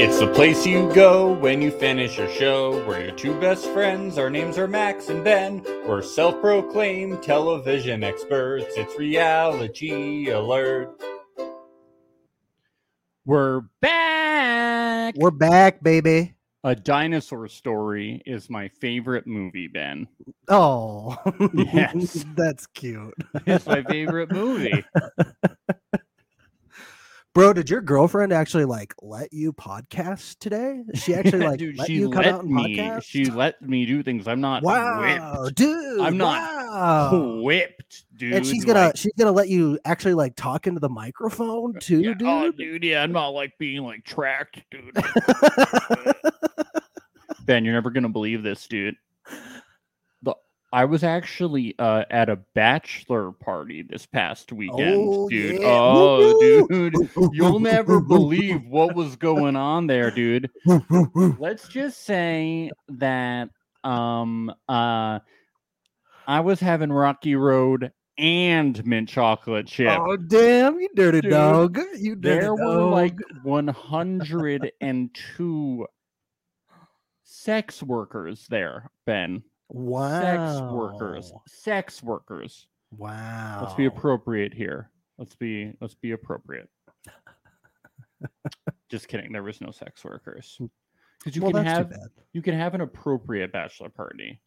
It's the place you go when you finish your show. We're your two best friends. Our names are Max and Ben. We're self proclaimed television experts. It's reality alert. We're back. We're back, baby. A Dinosaur Story is my favorite movie, Ben. Oh, Yes. that's cute. It's my favorite movie. Bro, did your girlfriend actually like let you podcast today? She actually like dude, let she you come let out and me. podcast. She let me do things. I'm not wow, whipped. dude, I'm not Wow. Whipped, dude. and she's gonna like- she's gonna let you actually like talk into the microphone too, yeah, dude. Oh, dude, yeah, I'm not like being like tracked, dude. ben, you're never gonna believe this, dude. The I was actually uh, at a bachelor party this past weekend, Oh, dude. yeah. Oh, Woo-hoo. dude, you'll never believe what was going on there, dude. Let's just say that um uh I was having Rocky Road and mint chocolate chip. Oh damn, you dirty Dude, dog. You dirty There were dog. like 102 sex workers there, Ben. wow. Sex workers. Sex workers. Wow. Let's be appropriate here. Let's be let's be appropriate. Just kidding. There was no sex workers. Because you Hmm. well, can that's have too bad. you can have an appropriate bachelor party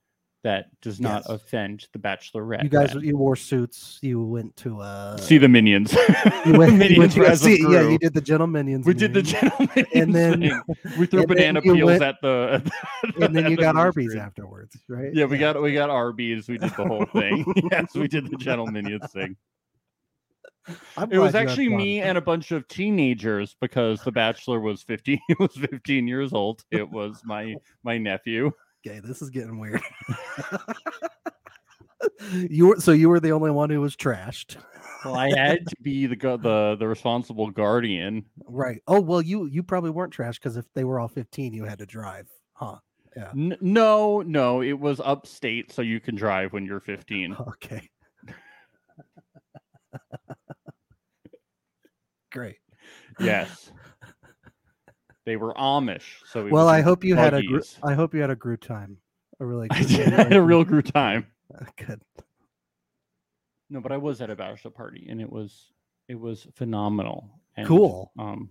that does not Yes. offend the bachelorette. You guys, Ben. you wore suits. You went to uh, see the minions. you went, you went minions to a as a sea- yeah, crew. you did the gentle minions. We did the meme, gentleman, and then we threw and then banana you peels went- at the. at the- and then at you the got green Arby's screen. afterwards, right? Yeah, we got we got Arby's. We did the whole thing. yes, we did the gentleman minions thing. I'm It was glad you had actually fun. me and a bunch of teenagers because The Bachelor was fifteen. It was fifteen years old. It was my my nephew. Okay, this is getting weird. you were so you were the only one who was trashed, Well, I had to be the gu- the the responsible guardian. right? Oh well, you you probably weren't trashed because if they were all 15, you had to drive, huh? N- no, no, it was upstate, so you can drive when you're fifteen. Okay. Great. Yes. They were Amish, so it Well, was I in hope you had a gr- buggies. I hope you had a grew time. A really I good did. I had a real good time. good. No, but I was at a bachelor party, and it was it was phenomenal. And, Cool. Um,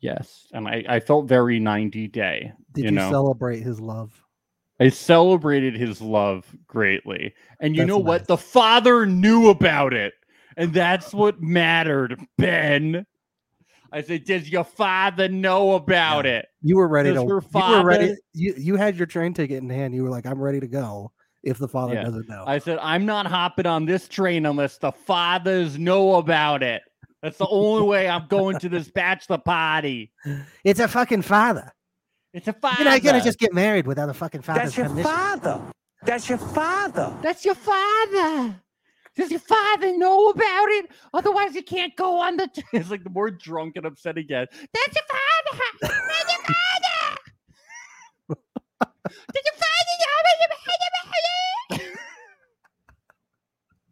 yes, and I I felt very ninety day. Did you you, know. celebrate his love? I celebrated his love greatly, and you That's know what? nice. The father knew about it, and that's what mattered, Ben. I said, "Does your father know about it?" You were ready Does to. her You were ready. father- You you had your train ticket in hand. You were like, I'm ready to go. If the father Yeah. doesn't know, I said, I'm not hopping on this train unless the fathers know about it. That's the only way I'm going to this bachelor party. it's a fucking father. It's a father. You're not gonna just get married without a fucking father's permission. father. That's your father. That's your father. Does your father know about it? Otherwise, you can't go on the. T-. It's like the more drunk and upset he gets. That's your father. That's your father. Did your father know about it?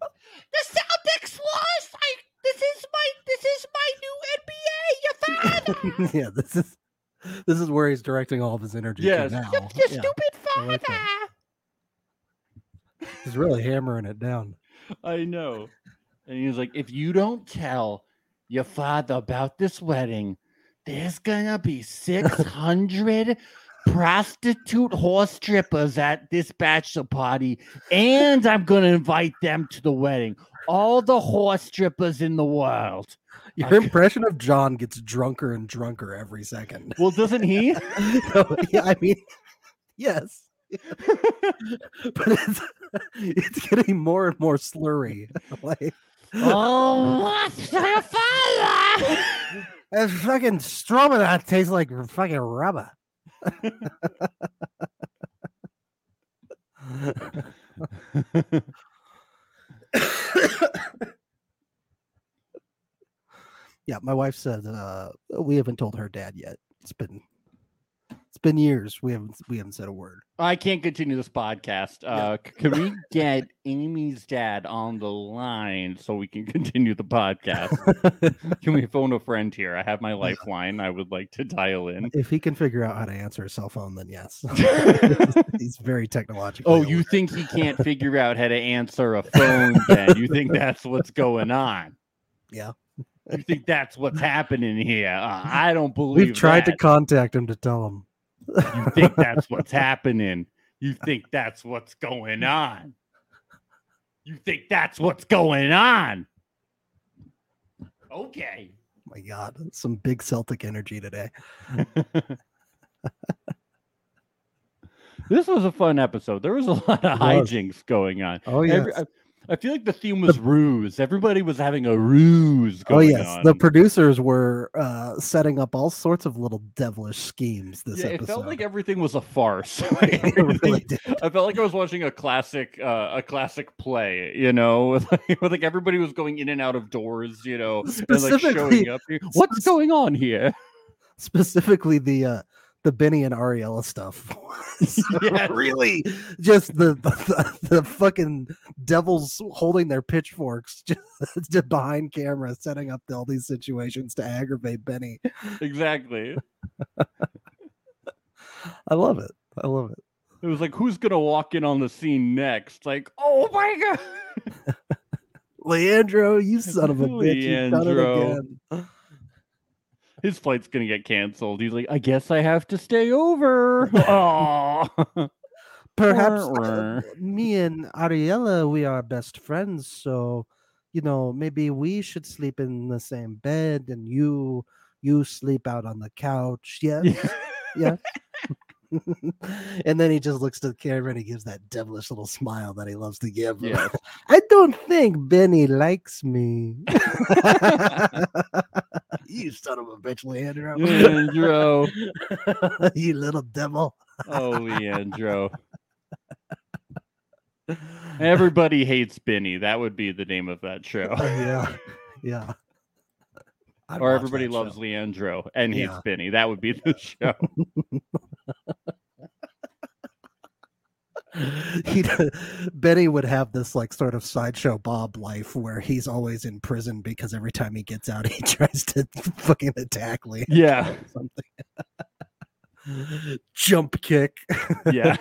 The Celtics lost. I. This is my. This is my new NBA. Your father. yeah, this is this is where he's directing all of his energy. to Yes. now. Your, your Yeah, stupid like father. that. he's really hammering it down. I know. And he was like, if you don't tell your father about this wedding, there's gonna be 600 prostitute horse strippers at this bachelor party, and I'm gonna invite them to the wedding. All the horse strippers in the world. Your I- impression of John gets drunker and drunker every second. Well, doesn't he? No, yeah, I mean, yes. but it's, it's getting more and more slurry. Like oh, what's your father? that fucking strawberry that tastes like r- fucking rubber. yeah, my wife said uh, we haven't told her dad yet. It's been it's It's been years. We haven't we haven't said a word. I can't continue this podcast. Uh, c- can we get Amy's dad on the line so we can continue the podcast? can we phone a friend here? I have my lifeline. I would like to dial in. if he can figure out how to answer a cell phone, then yes. He's very technological. oh, you think he can't figure out how to answer a phone? Then you think that's what's going on? Yeah. You think that's what's happening here? Uh, I don't believe. We've tried that. to contact him to tell him. You think that's what's happening. You think that's what's going on. You think that's what's going on. Okay. "Oh my God, some big Celtic energy today. this was a fun episode. There was a lot of It was. hijinks going on. Oh yes. Every- I, I feel like the theme was ruse. Everybody was having a ruse Oh going yes, on. the producers were uh, setting up all sorts of little devilish schemes this yeah, episode. it felt like everything was a farce. Like, It really everything- did. I felt like I was watching a classic, uh, a classic play. You know, with like, with, like, everybody was going in and out of doors. You know, and like showing Specifically- up. here. What's spec- going on here? Specifically the uh, the Benny and Ariella stuff. was Yes. Really, just the, the the the fucking devils holding their pitchforks just, just behind camera, setting up all these situations to aggravate Benny. Exactly. I love it. I love it. It was like, who's gonna walk in on the scene next? Like, oh my god. Leandro, you son of a bitch! You've done it Leandro. again. his flight's gonna get canceled. He's like, I guess I have to stay over. Oh, perhaps Wah, uh, me and Ariella we are best friends, so you know maybe we should sleep in the same bed, and you you sleep out on the couch. Yeah, yeah. and then he just looks to the camera and he gives that devilish little smile that he loves to give. Yeah. I don't think Benny likes me. you son of a bitch, Leandro. Leandro. you little devil. Oh, Leandro. Everybody hates Benny. That would be the name of that show. Oh, yeah, yeah. I'd Or watch everybody that loves show. Leandro and hates Yeah. Benny. That would be the show. He d- Benny would have this like sort of sideshow Bob life where he's always in prison because every time he gets out, he tries to fucking attack Lee Yeah, or something. Jump kick. yeah.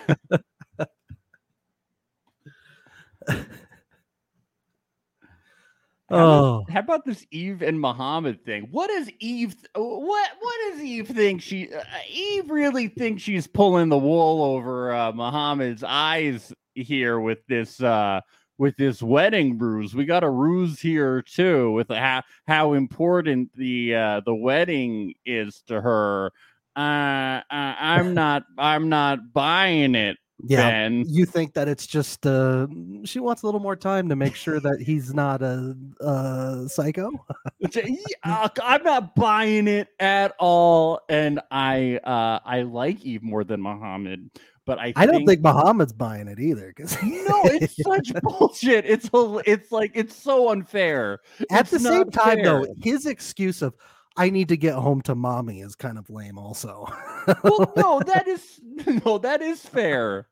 How Oh, about- how about this Eve and Muhammad thing? What does Eve? th- uh, what What does Eve think? She uh, Eve really thinks she's pulling the wool over uh, Muhammad's eyes here with this uh, with this wedding ruse. We got a ruse here too with how how important the uh, the wedding is to her. Uh, uh, I'm not I'm not buying it, yeah. Ben. You think that it's just uh, she wants a little more time to make sure that he's not a, a psycho? It's a- ye- uh, I'm not buying it at all, and I uh, I like Eve more than Muhammad, but I I don't think Muhammad's buying it either. Because no, it's such bullshit. It's a, it's like it's so unfair. at It's the same not time though fair. his excuse of i need to get home to mommy is kind of lame also Well, no, that is no, that is fair.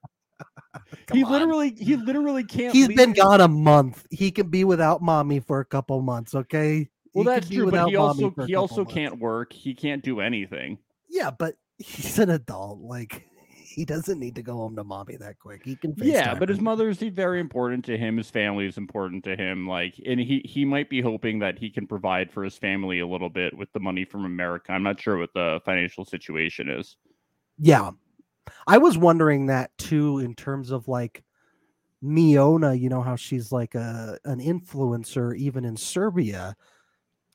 he Come on. literally he literally can't. he's leave been his- gone a month he can be without mommy for a couple months okay Well, He could that's be true, but without he mommy also for a he couple also months. can't work. He can't do anything. yeah but he's an adult like he doesn't need to go home to mommy that quick he can yeah FaceTime but his her. mother's very important to him his family is important to him like and he he might be hoping that he can provide for his family a little bit with the money from america i'm not sure what the financial situation is Yeah. I was wondering that too in terms of like Miona, you know how she's like a an influencer even in Serbia.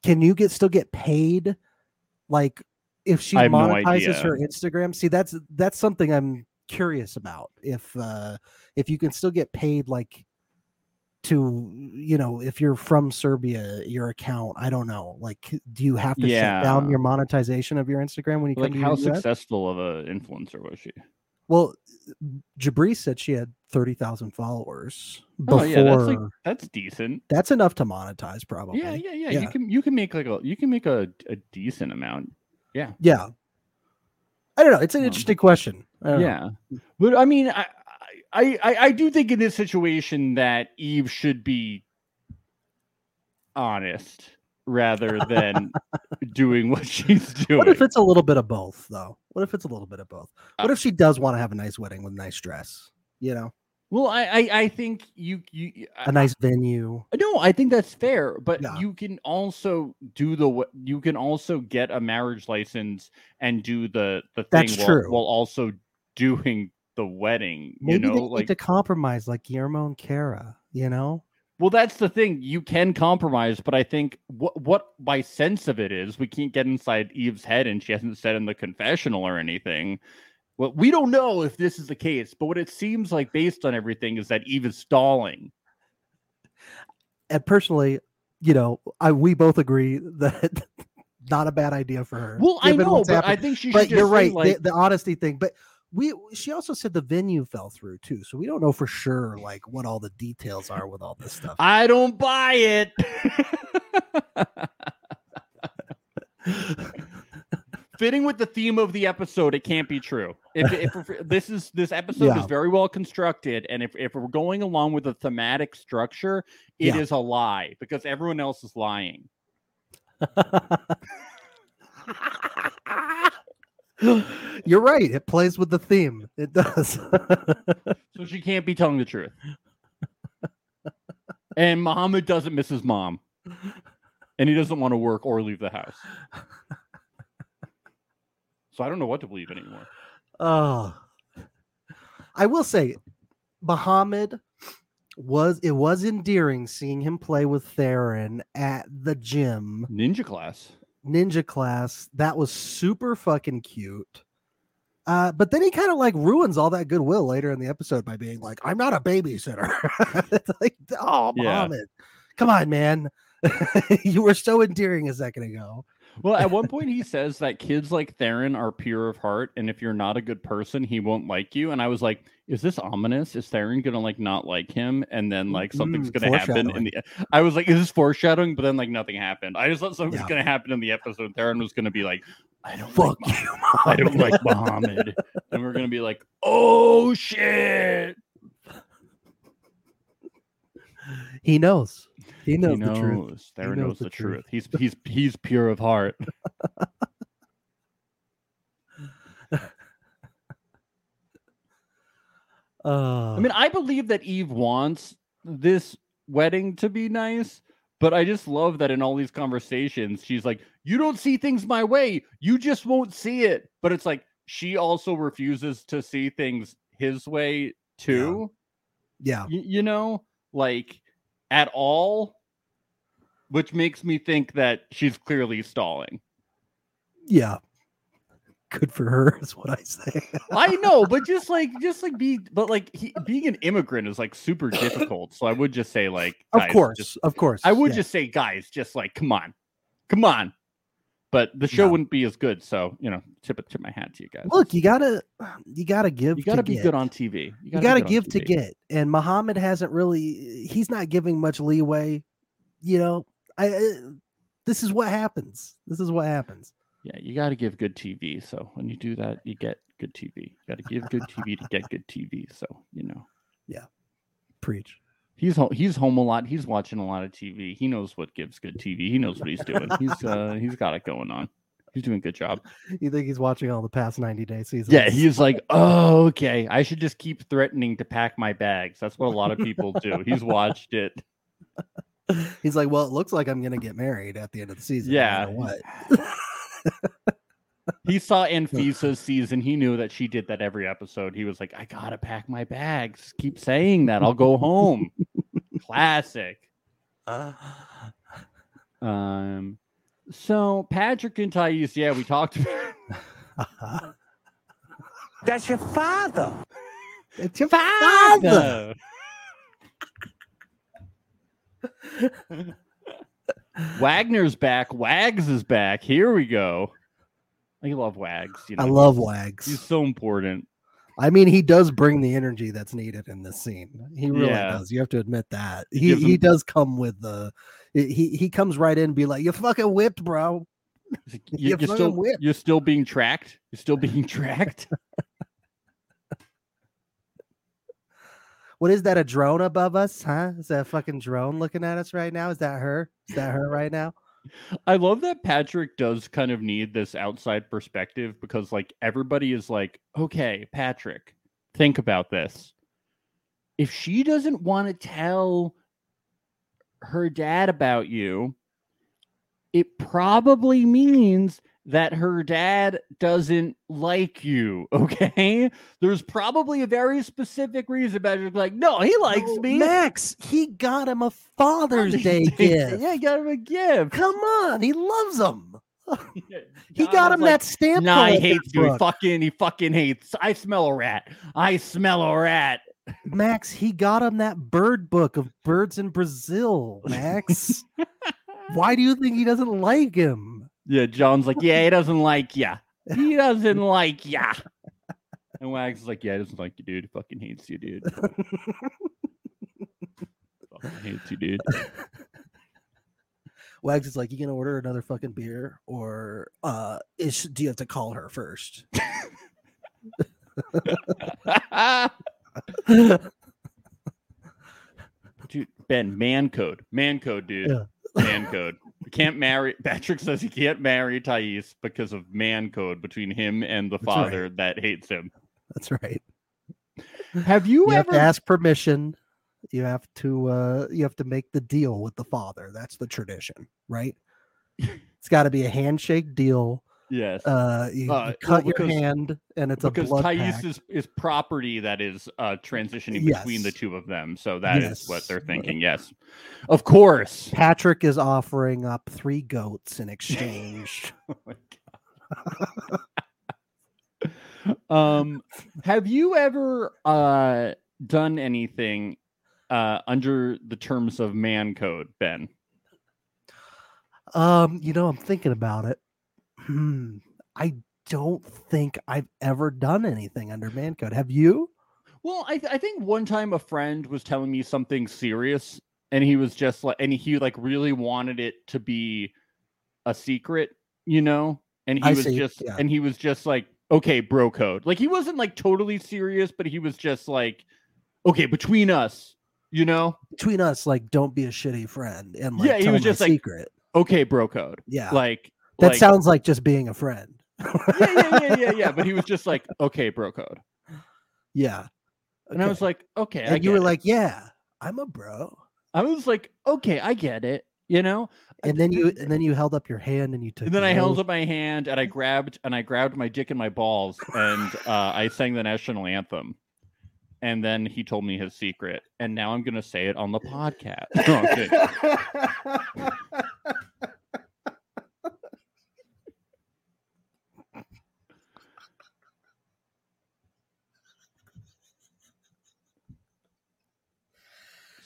Can you get still get paid like if she I have no monetizes idea. her Instagram? See, that's that's something I'm curious about. If uh if you can still get paid like to you know if you're from Serbia your account I don't know like do you have to shut Yeah. down your monetization of your Instagram when you like come to how the US? successful of an influencer was she Well, Jabri said she had 30,000 followers before. Oh, yeah, that's like- that's decent that's enough to monetize, probably. yeah, yeah yeah you Yeah. can you can make like a you can make a, a decent amount Yeah. I don't know. It's an Um, interesting question. I don't know. yeah but i mean I, I i i do think in this situation that eve should be honest rather than doing what she's doing What if it's a little bit of both, though? What if it's a little bit of both? Uh, What if she does want to have a nice wedding with a nice dress? You know, well I, I i think you you a nice venue. No, I think that's fair, but Yeah. you can also do the w- you can also get a marriage license and do the the thing That's while, true. while also doing the wedding. Maybe you they know, need like to compromise, like Guillermo and Cara. You know, well, that's the thing. You can compromise, but I think what what my sense of it is, we can't get inside Eve's head, and she hasn't said in the confessional or anything. Well, we don't know if this is the case, but what it seems like based on everything is that Eve is stalling. and personally, you know, I we both agree that not a bad idea for her. Well, I given know, what's but happened. I think she. should but you're just say, right the- Like, the, honesty thing but we she also said the venue fell through too so we don't know for sure like what all the details are with all this stuff I don't buy it. Fitting with the theme of the episode, it can't be true. If, if we're- this is this episode Yeah. is very well constructed, and if, if we're going along with a thematic structure, it is Yeah. a lie because everyone else is lying. you're right it plays with the theme it does So she can't be telling the truth. and Muhammad doesn't miss his mom. And he doesn't want to work or leave the house. So I don't know what to believe anymore. oh i will say muhammad was it was endearing seeing him play with theron at the gym Ninja class. ninja class. That was super fucking cute. Uh, but then he kind of like ruins all that goodwill later in the episode by being like, "I'm not a babysitter." it's like, oh, Yeah. Muhammad, come on, man, you were so endearing a second ago. Well, at one point he says that kids like Theron are pure of heart, and if you're not a good person, he won't like you. And I was like, "Is this ominous? Is Theron gonna like not like him?" And then like something's Mm, gonna happen. In foreshadowing. the, e-, I was like, "Is this foreshadowing?" But then like nothing happened. I just thought something was Yeah. gonna happen in the episode. Theron was gonna be like, "I don't Fuck like, you, I don't Muhammad. like Muhammad," and we're gonna be like, "Oh shit!" He knows. He knows, he knows. the truth. Theron knows knows, the the truth. truth. He's he's he's pure of heart. Uh, I mean, I believe that Eve wants this wedding to be nice, but I just love that in all these conversations, she's like, You don't see things my way. You just won't see it. But it's like she also refuses to see things his way, too. yeah, y- you know, like at all, which makes me think that she's clearly stalling. yeah. Good for her is what I say. I know, but just like, just like be, but like he, being an immigrant is like super difficult. So I would just say, like, of guys, course, just of course. I would yeah. just say, guys, just like, come on, come on. But the show No. wouldn't be as good, so you know, tip it tip my hat to you guys. look. You gotta, you gotta give. you got to to be get. good on TV. you got to be good give on to TV. get and muhammad hasn't really he's not giving much leeway you know i I- this is what happens this is what happens Yeah, you got to give good TV. So when you do that, you get good TV. You got to give good TV to get good TV. So you know, preach he's ho- he's home a lot. He's watching a lot of TV. He knows what gives good TV. He knows what he's doing. He's uh he's got it going on. He's doing a good job. you think he's watching all the past 90 day seasons Yeah, he's like, oh, okay. I should just keep threatening to pack my bags. That's what a lot of people do. He's watched it. he's like well it looks like i'm gonna get married at the end of the season no Yeah. matter what He saw Anfisa's season. He knew that she did that every episode. He was like, I gotta pack my bags. Keep saying that. I'll go home. Classic. Um so Patrick and Thais, yeah, we talked about That's your father. it's your father Wagner's back. Wags is back. Here we go. I love Wags. You know, i love he's- wags He's so important. i mean he does bring the energy that's needed in this scene he really Yeah. does you have to admit that He he, gives he him- does come with the he he comes right in and be like you fucking whipped bro He's like, You "You- you're fucking still win." you're still being tracked. You're still being tracked. What is that? A drone above us? Huh? Is that a fucking drone looking at us right now? Is that her? Is that her right now? I love that Patrick does kind of need this outside perspective because like everybody is like, okay, Patrick, think about this. If she doesn't want to tell her dad about you, it probably means that her dad doesn't like you. Okay. There's probably a very specific reason Patrick's like, no, he likes No, me. Max, he got him a Father's Father's Day gift. Yeah, he got him a gift. Come on, he loves him. He got him that. that stamp. Nah, he collector hates you. He book. fucking, he fucking hates. I smell a rat. I smell a rat. Max, he got him that bird book of birds in Brazil. Max, why do you think he doesn't like him? Yeah, John's like, yeah, he doesn't like ya. He doesn't like ya. And Wags is like, yeah, he doesn't like you, dude. He fucking hates you, dude. fucking hates you, dude. Wags is like, you gonna order another fucking beer, or uh, is, do you have to call her first? dude, Ben, man code. Man code, dude. Yeah. Man code. We can't marry. Patrick says he can't marry Thais because of man code between him and the That's right. father that hates him. That's right. Have you, You have ever to ask permission. You have to uh, you have to make the deal with the father. That's the tradition, right? it's got to be a handshake deal. Yes. Uh, you, you Uh, well, cut your because- hand, and it's a because blood Thais pact. is, is property that is uh, transitioning between the Yes. two of them. So that is what Yes. they're thinking. Yes. Of course. Patrick is offering up three goats in exchange. Oh my God. um, have you ever uh, done anything uh, under the terms of man code, Ben? um, you know, I'm thinking about it. Hmm. I don't think I've ever done anything under man code. Have you? Well, I, th- I think one time a friend was telling me something serious, and he was just like, and he like really wanted it to be a secret, you know. And he I was see, just, yeah. and he was just like, okay, bro code. Like he wasn't like totally serious, but he was just like, okay, between us, you know. Between us, like, don't be a shitty friend, and like, Yeah, he tell was my just like- secret. Okay, bro code. Yeah, Like Ah, that like, sounds like just being a friend. Yeah, yeah, yeah, yeah, yeah. But he was just like, okay, bro code, Yeah, and I was okay. like, okay, I and you were get it." like, yeah, I'm a bro. I was like, okay, I get it, you know. And then you, and then you held up your hand and you took. And then I held no- up my hand and I grabbed and I grabbed my dick and my balls and uh, I sang the national anthem. And then he told me his secret, and now I'm gonna say it on the podcast. Oh, No, I'm kidding.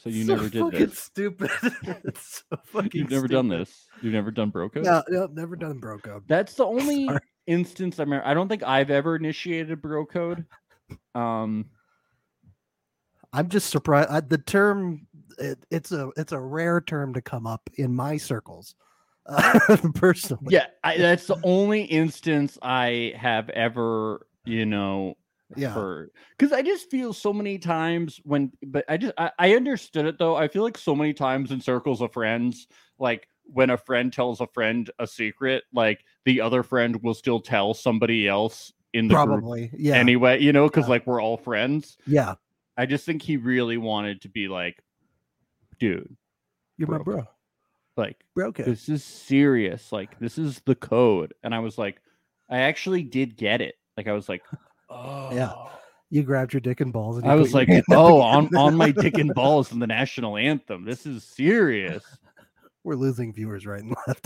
so you So never did fucking this. Stupid. it's so fucking. You've never done stupid. this. You've never done broco. No, no, never done bro code. That's the only Sorry. instance I remember. I don't think I've ever initiated bro code. Um, I'm just surprised. I, the term it, it's a it's a rare term to come up in my circles, uh, personally. yeah, I, that's the only instance I have ever, you know, Yeah, because i just feel so many times when but i just I, I understood it though i feel like so many times in circles of friends like when a friend tells a friend a secret like the other friend will still tell somebody else in the group probably. Yeah, anyway you know because Yeah. like we're all friends yeah. i just think he really wanted to be like dude You're my Bro bro. like Bro code. this is serious like this is the code and i was like i actually did get it like i was like oh You grabbed your dick and balls. And you I put was your like, hand up oh, on, again." on my dick and balls in the national anthem. This is serious. We're losing viewers right and left.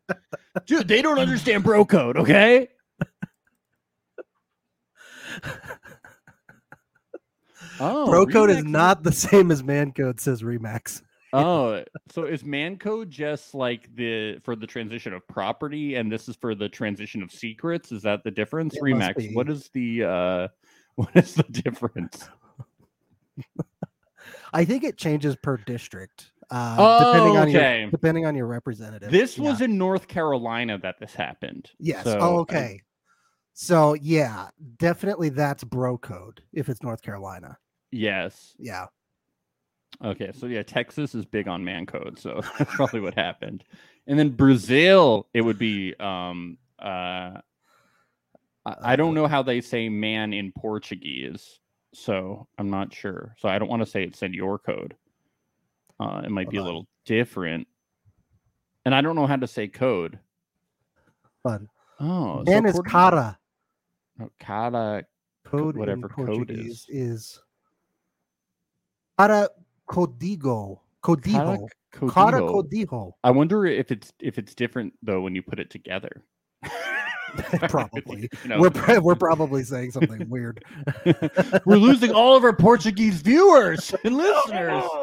Dude, they don't understand bro code, okay? Oh, bro code is Remax not the same as man code, says Remax. Oh, so is man code just like the for the transition of property and this is for the transition of secrets? Is that the difference? It must Remax, what is the uh what is the difference? I think it changes per district. Uh, depending oh, on your okay. depending on your representative. This Yeah. was in North Carolina that this happened. yes. So, uh, oh, I- okay. so yeah, definitely that's bro code if it's North Carolina. yes. Yeah. Okay. So yeah, Texas is big on man code, so that's probably what happened. And then Brazil, it would be um uh I, I don't know how they say man in Portuguese, so I'm not sure. So I don't want to say it's in your code. Uh it might be a Hold little different. And I don't know how to say code. Fun. Oh, Man is according- cara. Oh, Cara Code whatever whatever code Portuguese is. is. Cara codigo. Cara Codigo. Codigo. Cara codigo. I wonder if it's if it's different though when you put it together. Probably. You know, We're pro- we're probably saying something weird. we're losing all of our Portuguese viewers and listeners.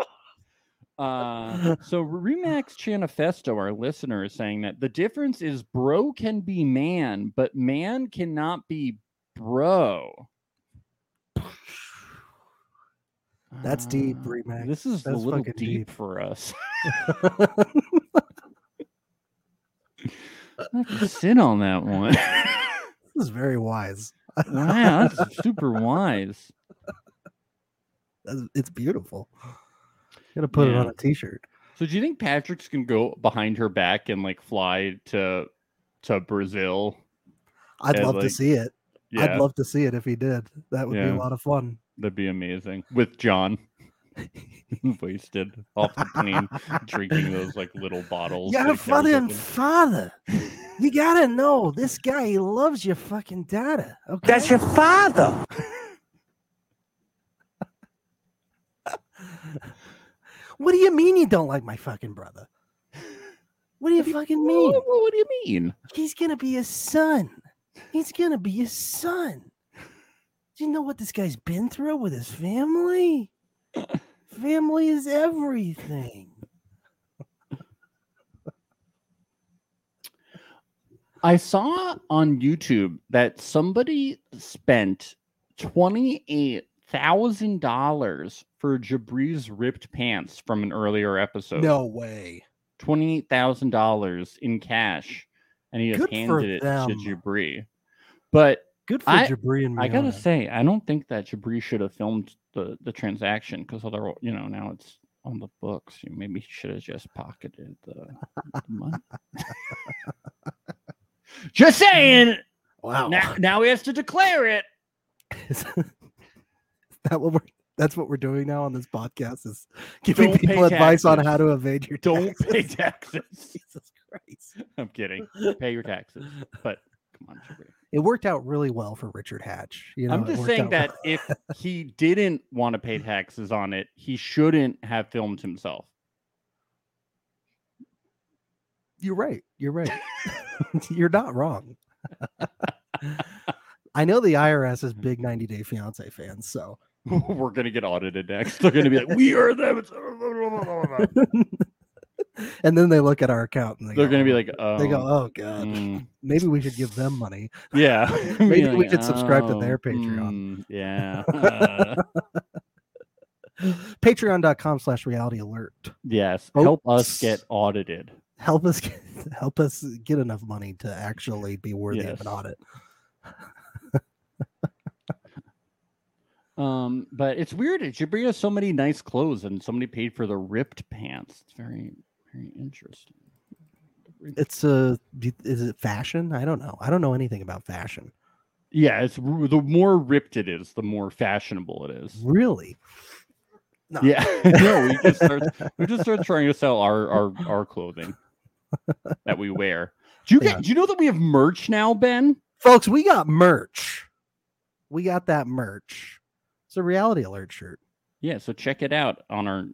Uh, so Remax Chanifesto, our listener, is saying that the difference is bro can be man, but man cannot be bro. That's deep, Uh, Remax. This is That's a little fucking deep deep. for us. I have to sit on that one. This is very wise. wow, that's super wise. That's- It's beautiful. Gonna put it Yeah. on a t-shirt. So do you think Patrick's can go behind her back and like fly to to Brazil? I'd As, love to like, see it. Yeah, I'd love to see it if he did. That would be Yeah. a lot of fun. that'd be amazing. With John wasted off the plane, drinking those like little bottles. Your that he carries fucking with him. father. You gotta know this guy. He loves your fucking data. Okay. That's your father. what do you mean you don't like my fucking brother? What do you fucking mean? What, what do you mean? He's gonna be his son. He's gonna be his son. Do you know what this guy's been through with his family? family is everything. I saw on YouTube that somebody spent twenty eight thousand dollars for Jabri's ripped pants from an earlier episode. way. twenty eight thousand dollars in cash, and he just Good for handed it them. to Jabri. But Good for I- Jabri and I gotta Miona. say, I don't think that Jabri should have filmed the the transaction because other you know now it's on the books. You maybe should have just pocketed the, the money. just saying. Wow. Now, now he has to declare it. Is that what we're that's what we're doing now on this podcast is giving Don't pay people advice on taxes. how to evade your Don't taxes. pay taxes. Jesus Christ. I'm kidding. Pay your taxes. But come on, Jabri. It worked out really well for Richard Hatch. You know, I'm it just worked saying out well. that if he didn't want to pay taxes on it, he shouldn't have filmed himself. You're right. You're right. You're not wrong. I know the IRS is big 90 Day Fiance fans, so We're gonna get audited next. They're gonna be like, "We are them." It's... and then they look at our account and they They're go, gonna be like, um, they go, oh god, mm, maybe we should give them money. yeah." Be Maybe we should subscribe to their "Oh, mm, Patreon." yeah, uh, Patreon.com slash reality alert. yes. Oh, Help us s- get audited. Help us get, help us get enough money to actually be worthy of Yes. an audit. Um, but it's weird. Jabri has so many nice clothes, and somebody paid for the ripped pants. It's very, very interesting. It's a d- is it fashion? I don't know. I don't know anything about fashion. Yeah, it's r- the more ripped it is, the more fashionable it is. Really? No. Yeah, no, we just start we just start trying to sell our our our clothing that we wear. Do you Yeah. get? Do you know that we have merch now, Ben? Folks, we got merch. We got that merch. It's a reality alert shirt. Yeah, so check it out on our.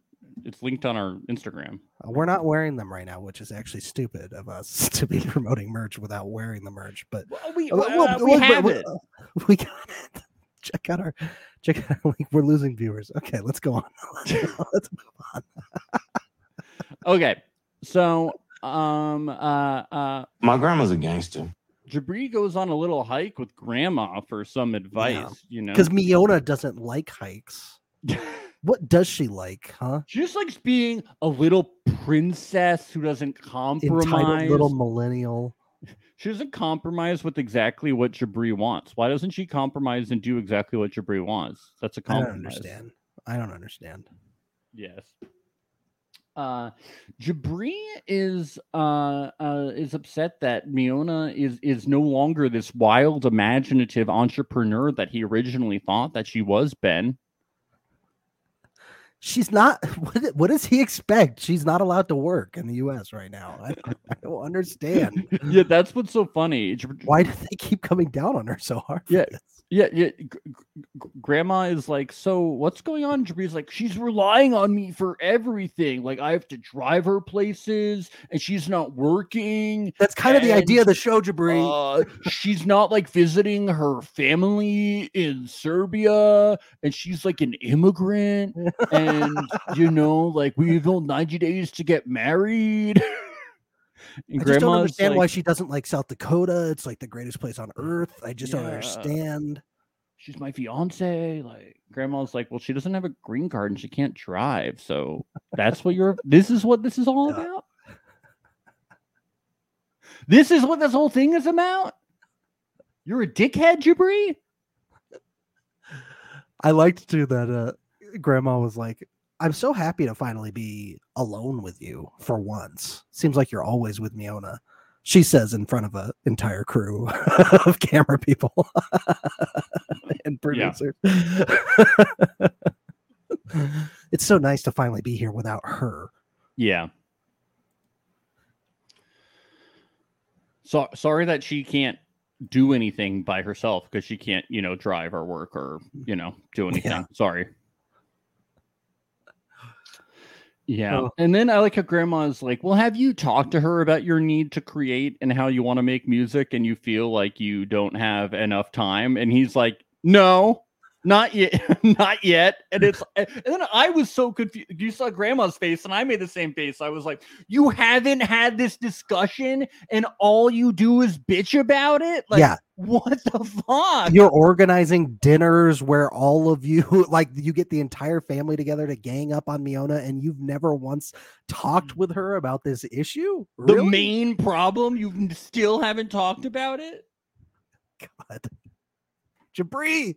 It's linked on our Instagram. Uh, We're not wearing them right now, which is actually stupid of us to be promoting merch without wearing the merch, but Well, we, Uh, well, well, but we- uh, We got it. Check out our check out our link. We're losing viewers. Okay, let's go on. Let's move on. Okay, so um uh uh My grandma's a gangster. Jabri goes on a little hike with Grandma for some advice. You know, Because Miona doesn't like hikes. What does she like, huh? She just likes being a little princess who doesn't Entitled compromise. little millennial. She doesn't compromise with exactly what Jabri wants. Why doesn't she compromise and do exactly what Jabri wants? That's a I don't compromise. understand. I don't understand. Yes. Uh, Jabri is uh, uh, is upset that Miona is is no longer this wild, imaginative entrepreneur that he originally thought that she was. Ben, She's not. What, what does he expect? She's not allowed to work in the U.S. right now. I, I don't understand. yeah, that's what's so funny. Jab- Why do they keep coming down on her so hard? for Yeah. this? Yeah, yeah. G- g- g- grandma is like, so what's going on? Jabri's like, she's relying on me for everything. Like, I have to drive her places, and she's not working. That's kind of the And- idea of the show, Jabri. Uh, she's not like visiting her family in Serbia, and she's like an immigrant. And you know, like we've only ninety days to get married. and I just don't grandma's understand why like, she doesn't like South Dakota. It's like the greatest place on earth. I just don't Yeah. understand. she's my fiance. Like grandma's like, well, she doesn't have a green card and she can't drive. So that's what you're. This is what this is all Yeah. about. This is what this whole thing is about. You're a dickhead, Jabri. I liked too that uh, grandma was like, I'm so happy to finally be alone with you for once. Seems like you're always with Miona. She says in front of an entire crew of camera people and producers. it's so nice to finally be here without her. Yeah. So sorry that she can't do anything by herself because she can't, you know, drive or work or you know do anything. Sorry. Yeah. Oh. And then I like how grandma's like, well, have you talked to her about your need to create and how you want to make music and you feel like you don't have enough time? And he's like, no, not yet. not yet. And it's, and then I was so confused. You saw grandma's face and I made the same face. I was like, you haven't had this discussion and all you do is bitch about it? Like, yeah, what the fuck? you're organizing dinners where all of you, like, you get the entire family together to gang up on Miona, and you've never once talked with her about this issue. Mm. the Really? main problem you n- still haven't talked about it God. Jabri,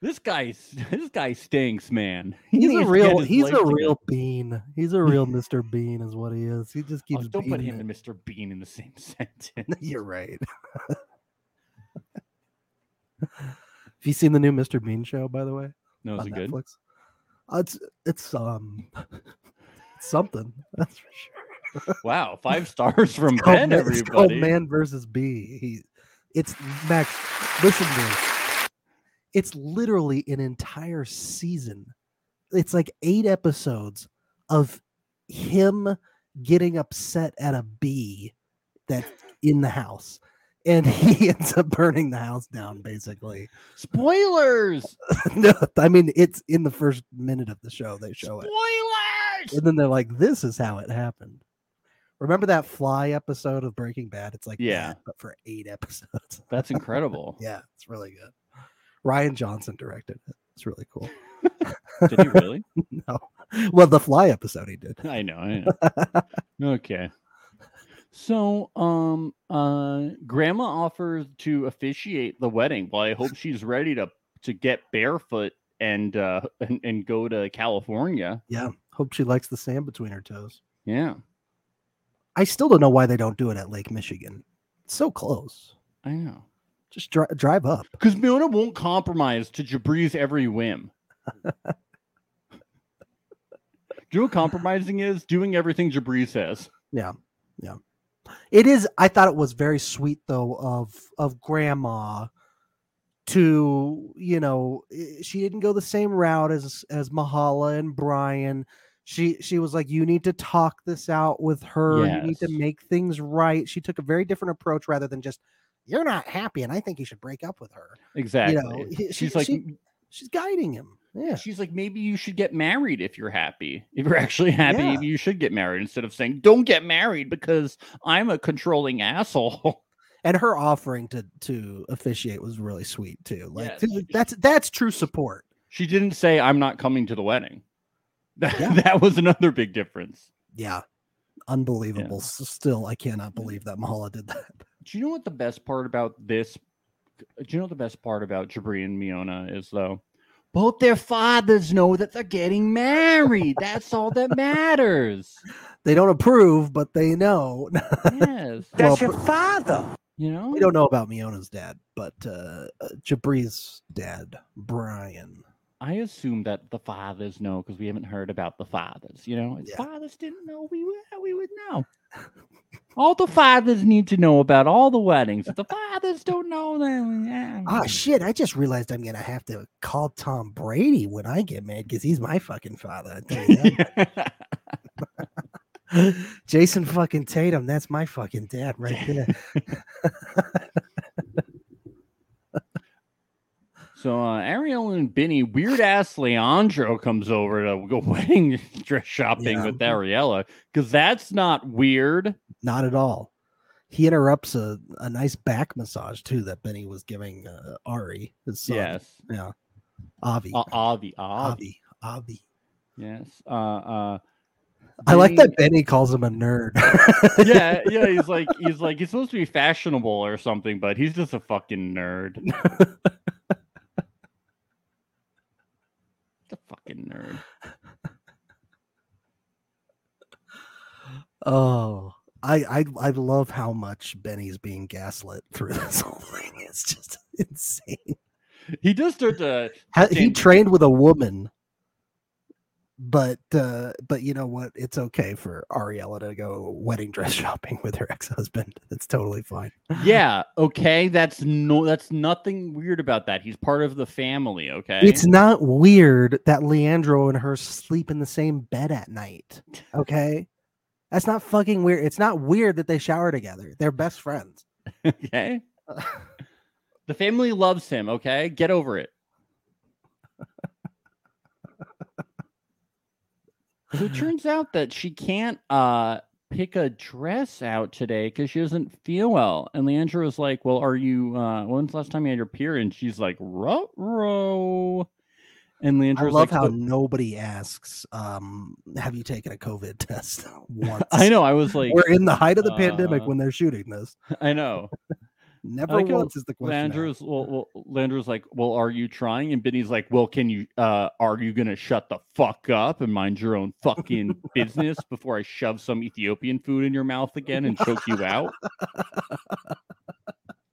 this guy s- this guy stinks man He he's a needs to get real his he's life a together. real bean. He's a real Mr. Bean is what he is. He just Oh, keeps don't put beaning him it. and mr bean in the same sentence You're right. Have you seen the new Mr. Bean show, by the way? no is on it good Netflix? Uh, it's it's um it's something. That's for sure. wow five stars from Called ben Ma- it's called everybody Oh, Man versus Bee. He, it's Max. Listen to me. It's literally an entire season. It's like eight episodes of him getting upset at a bee that's in the house, and he ends up burning the house down. Basically, spoilers no, I mean it's in the first minute of the show they show it. spoilers And then they're like, this is how it happened. Remember that fly episode of Breaking Bad? It's like, Yeah. that, but for eight episodes. that's incredible yeah, it's really good. Ryan Johnson directed it. It's really cool. did he really No, well, the fly episode he did. I know, I know. okay. So, um, uh, Grandma offers to officiate the wedding. Well, I hope she's ready to to get barefoot and uh and, and go to California. Yeah, hope she likes the sand between her toes. Yeah, I still don't know why they don't do it at Lake Michigan. It's so close. I know. Just dri- drive up. Because Miona won't compromise to Jabri's every whim. Do you know what compromising is? Doing everything Jabri says. It is. I thought it was very sweet though of of grandma to you know i- she didn't go the same route as as Mahala and Brian. She she was like, you need to talk this out with her. You need to Yes. make things right. She took a very different approach rather than just you're not happy and I think you should break up with her. Exactly. he- she- she's like, she- She's guiding him. Yeah. She's like, maybe you should get married if you're happy. If you're actually happy, Yeah. maybe you should get married instead of saying, don't get married because I'm a controlling asshole. And her offering to to officiate was really sweet too. Like Yes. dude, that's that's true support. She didn't say, I'm not coming to the wedding. That, Yeah. that was another big difference. Yeah. Unbelievable. S- Still, I cannot believe that Mala did that. Do you know what the best part about this? Do you know what the best part about Jabri and Miona is, though? Both their fathers know that they're getting married. That's all that matters. They don't approve, but they know. Yes. Well, That's your father. You know? we don't know about Miona's dad, but uh, uh, Jabri's dad, Brian. I assume that the fathers know because we haven't heard about the fathers. You know, if Yeah. fathers didn't know, we would we would know. All the fathers need to know about all the weddings. If the fathers don't know, then yeah. Ah, shit. I just realized I'm going to have to call Tom Brady when I get mad because he's my fucking father. I tell you that. Jason fucking Tatum, that's my fucking dad right there. so uh, Ariel and Benny, weird ass Leandro comes over to go wedding dress shopping Yeah. with Ariella because that's not weird. Not at all. He interrupts a, a nice back massage too that Benny was giving uh, Ari, his son. Yes, Yeah. Avi. uh, Avi, Avi, Avi. Avi. yes. Uh, uh, I like Benny- that Benny calls him a nerd. yeah, yeah. He's like, he's like, he's supposed to be fashionable or something, but he's just a fucking nerd. the fucking nerd. Oh, I, I I love how much Benny's being gaslit through this whole thing. It's just insane. He does start to. Ha- He Same. trained with a woman, but uh, but you know what? It's okay for Ariella to go wedding dress shopping with her ex husband. It's totally fine. Yeah. Okay. That's no. That's nothing weird about that. He's part of the family. Okay. It's not weird that Leandro and her sleep in the same bed at night. Okay. That's not fucking weird. It's not weird that they shower together. They're best friends. okay. The family loves him. Okay. Get over it. So it turns out that she can't uh pick a dress out today because she doesn't feel well. And Leandra was like, Well, are you uh when's the last time you had your period? And she's like, Ruh row. And I Leandra's like, love how "So-" nobody asks, um, have you taken a COVID test once? I know. I was like, We're in the height of the pandemic uh, when they're shooting this. I know. Never like how once is the question. asked. Landers, well, well, Landers like, well, are you trying? And Benny's like, well, can you, uh, are you gonna shut the fuck up and mind your own fucking business before I shove some Ethiopian food in your mouth again and choke you out?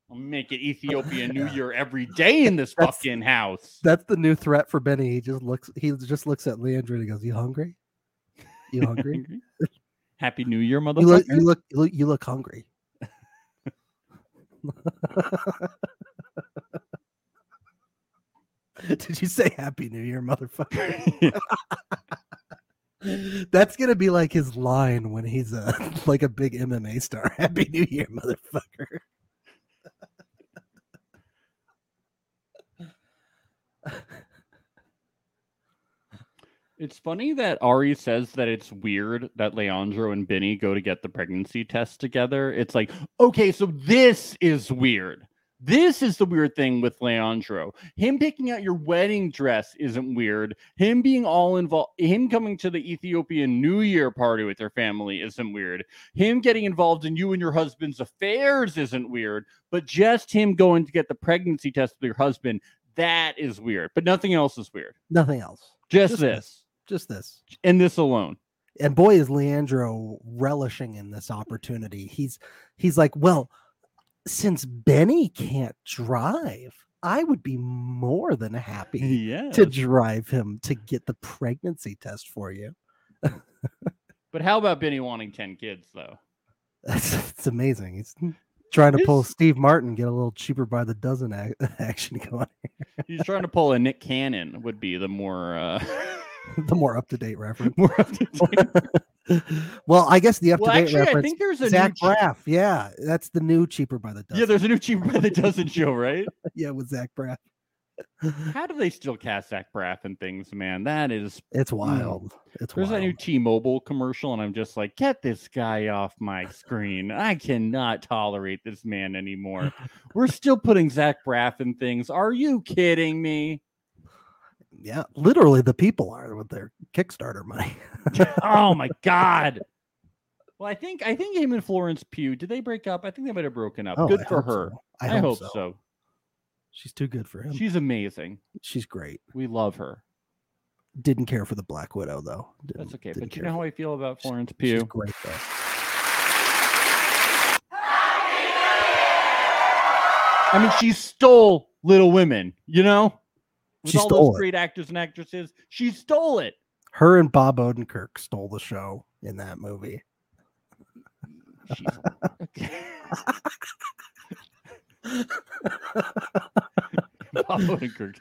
I'll make it Ethiopian New Yeah. Year every day in this That's- fucking house. That's the new threat for Benny. He just looks. He just looks at Leandro and he goes, "You hungry? You hungry? Happy New Year, you look. You motherfucker. look. You look, you look hungry." Did you say Happy New Year, motherfucker? That's gonna be like his line when he's a like a big MMA star. Happy New Year, motherfucker. It's funny that Ari says that it's weird that Leandro and Benny go to get the pregnancy test together. It's like, okay, so this is weird. This is the weird thing with Leandro. Him picking out your wedding dress isn't weird. Him being all involved, him coming to the Ethiopian New Year party with your family isn't weird. Him getting involved in you and your husband's affairs isn't weird. But just him going to get the pregnancy test with your husband, that is weird. But nothing else is weird. Nothing else. Just Just this. this Just this. and this alone. and boy is Leandro relishing in this opportunity. He's he's like, well, since Benny can't drive, I would be more than happy Yeah. to drive him to get the pregnancy test for you. But how about Benny wanting 10 kids, though? That's it's amazing. He's trying to pull This- Steve Martin, get a little cheaper by the dozen ac- action going. He's trying to pull a Nick Cannon, would be the more. Uh, the more up to date reference. more up to date. well, I guess the up to well, date actually, I reference. think there's a Zach new. Che- Braff, yeah, that's the new cheaper by the dozen. yeah, there's a new Cheap Brother Doesn't Show, right? yeah, with Zach Braff. How do they still cast Zach Braff and things, man? That is. It's wild. It's Mm. There's wild. that new T Mobile commercial, and I'm just like, get this guy off my screen. I cannot tolerate this man anymore. We're still putting Zach Braff in things. Are you kidding me? yeah, literally the people are with their Kickstarter money. oh my god. Well, I think I think him and Florence Pugh did they break up? I think they might have broken up. Oh, Good I for hope her. so. I, hope so. She's too good for him. She's amazing. She's great. We love her. Didn't care for the Black Widow though. Didn't, That's okay. didn't But you care know for- how I feel about She's- Florence She's Pugh. great though. I mean, she stole Little Women. You know, with She all stole those it. great actors and actresses, she stole it. Her and Bob Odenkirk stole the show in that movie. She's... Okay. Bob Odenkirk.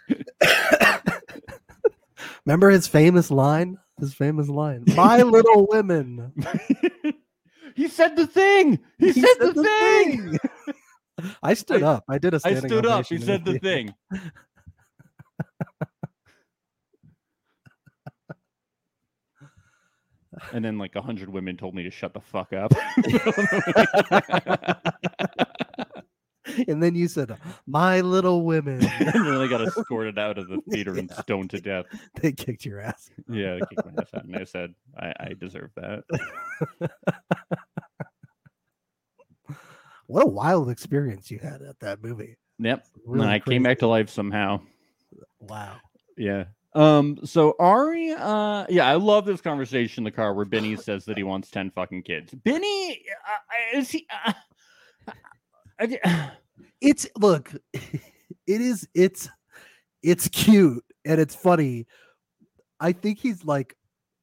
Remember his famous line? His famous line. My little women. he said the thing. He, He said, the, thing. thing. I stood I- up. I did a I standing stood up. He ovation in said the theater. thing. and then like a hundred women told me to shut the fuck up. And then you said, My little women. and then I got escorted out of the theater and stoned to death. they kicked your ass. Yeah, I kicked my ass out, and I said, I, I deserve that. What a wild experience you had at that movie. Yep. Really and I came back to life somehow. crazy. Wow. Yeah. Um, so Ari, uh, yeah, I love this conversation in the car where Benny says that he wants 10 fucking kids. Benny, uh, is he, uh, I di- It's look, it is it's it's cute and it's funny. I think he's like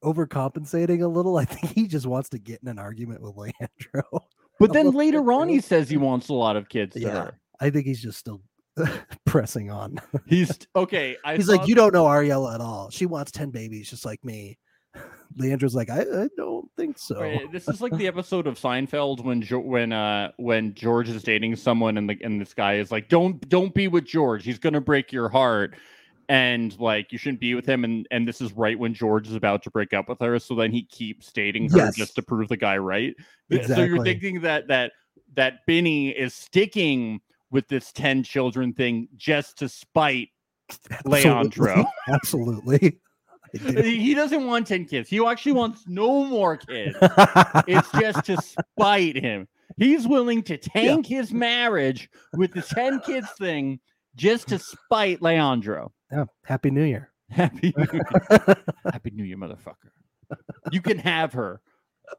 overcompensating a little. I think he just wants to get in an argument with Leandro. but then love later that on, he joke. says he wants a lot of kids. Yeah. Yeah. I think he's just still pressing on. He's okay. I He's like, thought- you don't know Ariella at all. She wants 10 babies just like me. Leandra's like, I, I don't think so. Right, this is like the episode of Seinfeld when jo- when uh when George is dating someone and the and this guy is like don't don't be with George he's gonna break your heart and like you shouldn't be with him and and this is right when George is about to break up with her so then he keeps dating her Yes. just to prove the guy right Th- so you're Exactly. thinking that that that Benny is sticking with this ten children thing just to spite Leandro. Absolutely. Absolutely. I do. he he doesn't want ten kids he actually wants no more kids. It's just to spite him. He's willing to tank his marriage with the 10 kids thing just to spite Leandro. Yeah, Happy New Year. Happy New Year, Happy New Year, motherfucker. You can have her,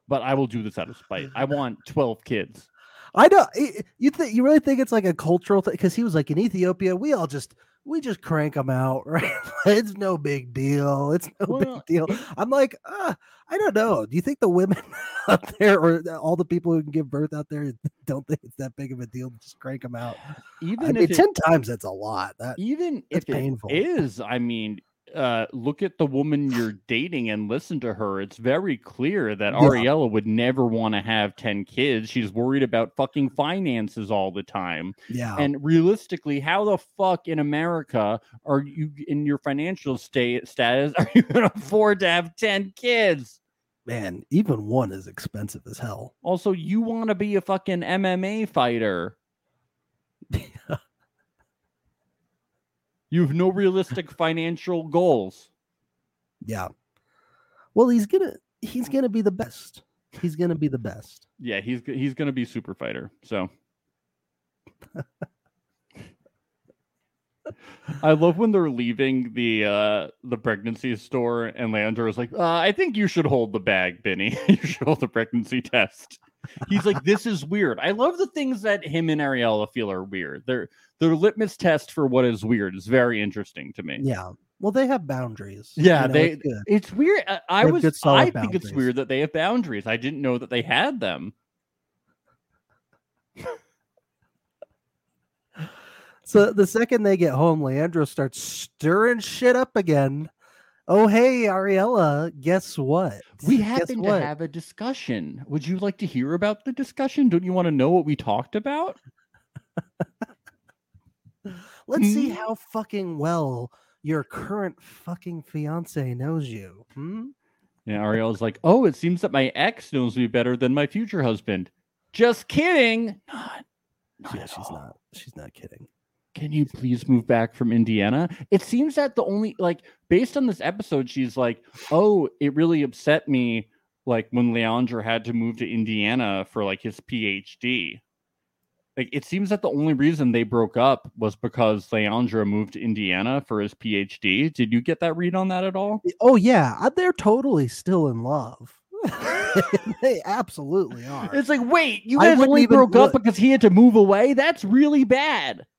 but I will do this out of spite. I want 12 kids. I know i- i- you think you really think it's like a cultural thing because he was like in Ethiopia, we all just we just crank them out, right? it's no big deal. It's no Well, big deal. I'm like, uh, I don't know. Do you think the women out there or the- all the people who can give birth out there don't think it's that big of a deal? to Just crank them out. Even I mean, if it, ten times that's a lot. That even if that's painful. it is, I mean, uh, look at the woman you're dating and listen to her. It's very clear that Yeah. Ariella would never want to have 10 kids. She's worried about fucking finances all the time. yeah, And realistically, how the fuck in America are you in your financial state status? Are you gonna afford to have 10 kids? man, even one is expensive as hell. Also, you want to be a fucking MMA fighter. You have no realistic financial goals. Yeah. Well, he's gonna he's gonna be the best. He's gonna be the best. Yeah, he's g- he's gonna be super fighter. So I love when they're leaving the uh the pregnancy store and Leandro is like, uh, I think you should hold the bag, Benny. you should hold the pregnancy test. He's like, This is weird. I love the things that him and Ariella feel are weird. Their their litmus test for what is weird is very interesting to me. Yeah. Well, they have boundaries. Yeah, they- it's good. It's weird. I, I They have was. good, solid I think it's boundaries. weird that they have boundaries. I didn't know that they had them. So the second they get home, Leandro starts stirring shit up again. Oh hey, Ariella, guess what? We Guess happen to what? have a discussion. Would you like to hear about the discussion? Don't you want to know what we talked about? Let's see Hmm? how fucking well your current fucking fiance knows you. Hmm? And Ariel's like, Oh, it seems that my ex knows me better than my future husband. Just kidding. Not, not Yeah, at she's all. not. She's not kidding. can you please move back from Indiana? It seems that the only like based on this episode, she's like, oh, it really upset me like when Leandra had to move to Indiana for like his PhD. Like it seems that the only reason they broke up was because Leandra moved to Indiana for his PhD. Did you get that read on that at all? Oh yeah, I- they're totally still in love. they absolutely are. It's like, wait, you I guys wouldn't only even broke up look. because he had to move away? That's really bad.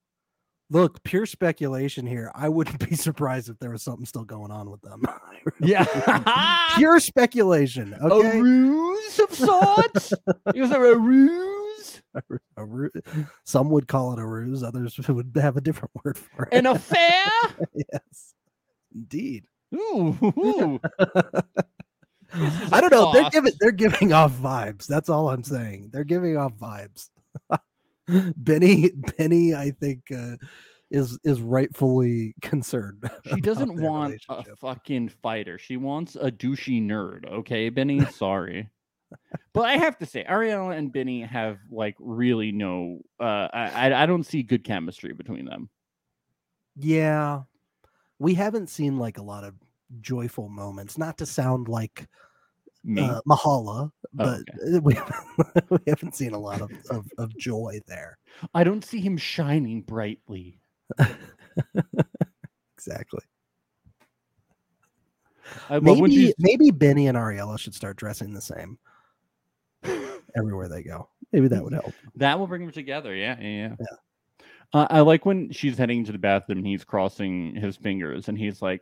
Look, pure speculation here. I wouldn't be surprised if there was something still going on with them. Yeah. pure speculation. Okay. A ruse of sorts? Is there a ruse? A ru- Some would call it a ruse, others would have a different word for it. An affair? yes. Indeed. Ooh. ooh. This is I a don't know. They're thought. giving they're giving off vibes. That's all I'm saying. They're giving off vibes. Benny Benny, I think, uh, is is rightfully concerned. She doesn't about their want a relationship. fucking fighter. She wants a douchey nerd. Okay, Benny. Sorry. but I have to say, Ariana and Benny have like really no uh I I- I don't see good chemistry between them. Yeah, we haven't seen like a lot of joyful moments. Not to sound like Me. uh, Mahala, but uh, we haven't, we haven't seen a lot of, of, of joy there. I don't see him shining brightly. Exactly. I love when Maybe she's maybe Benny and Ariella should start dressing the same everywhere they go. Maybe that would help. That will bring them together. Yeah, yeah, yeah. Uh, I like when she's heading to the bathroom and he's crossing his fingers and he's like,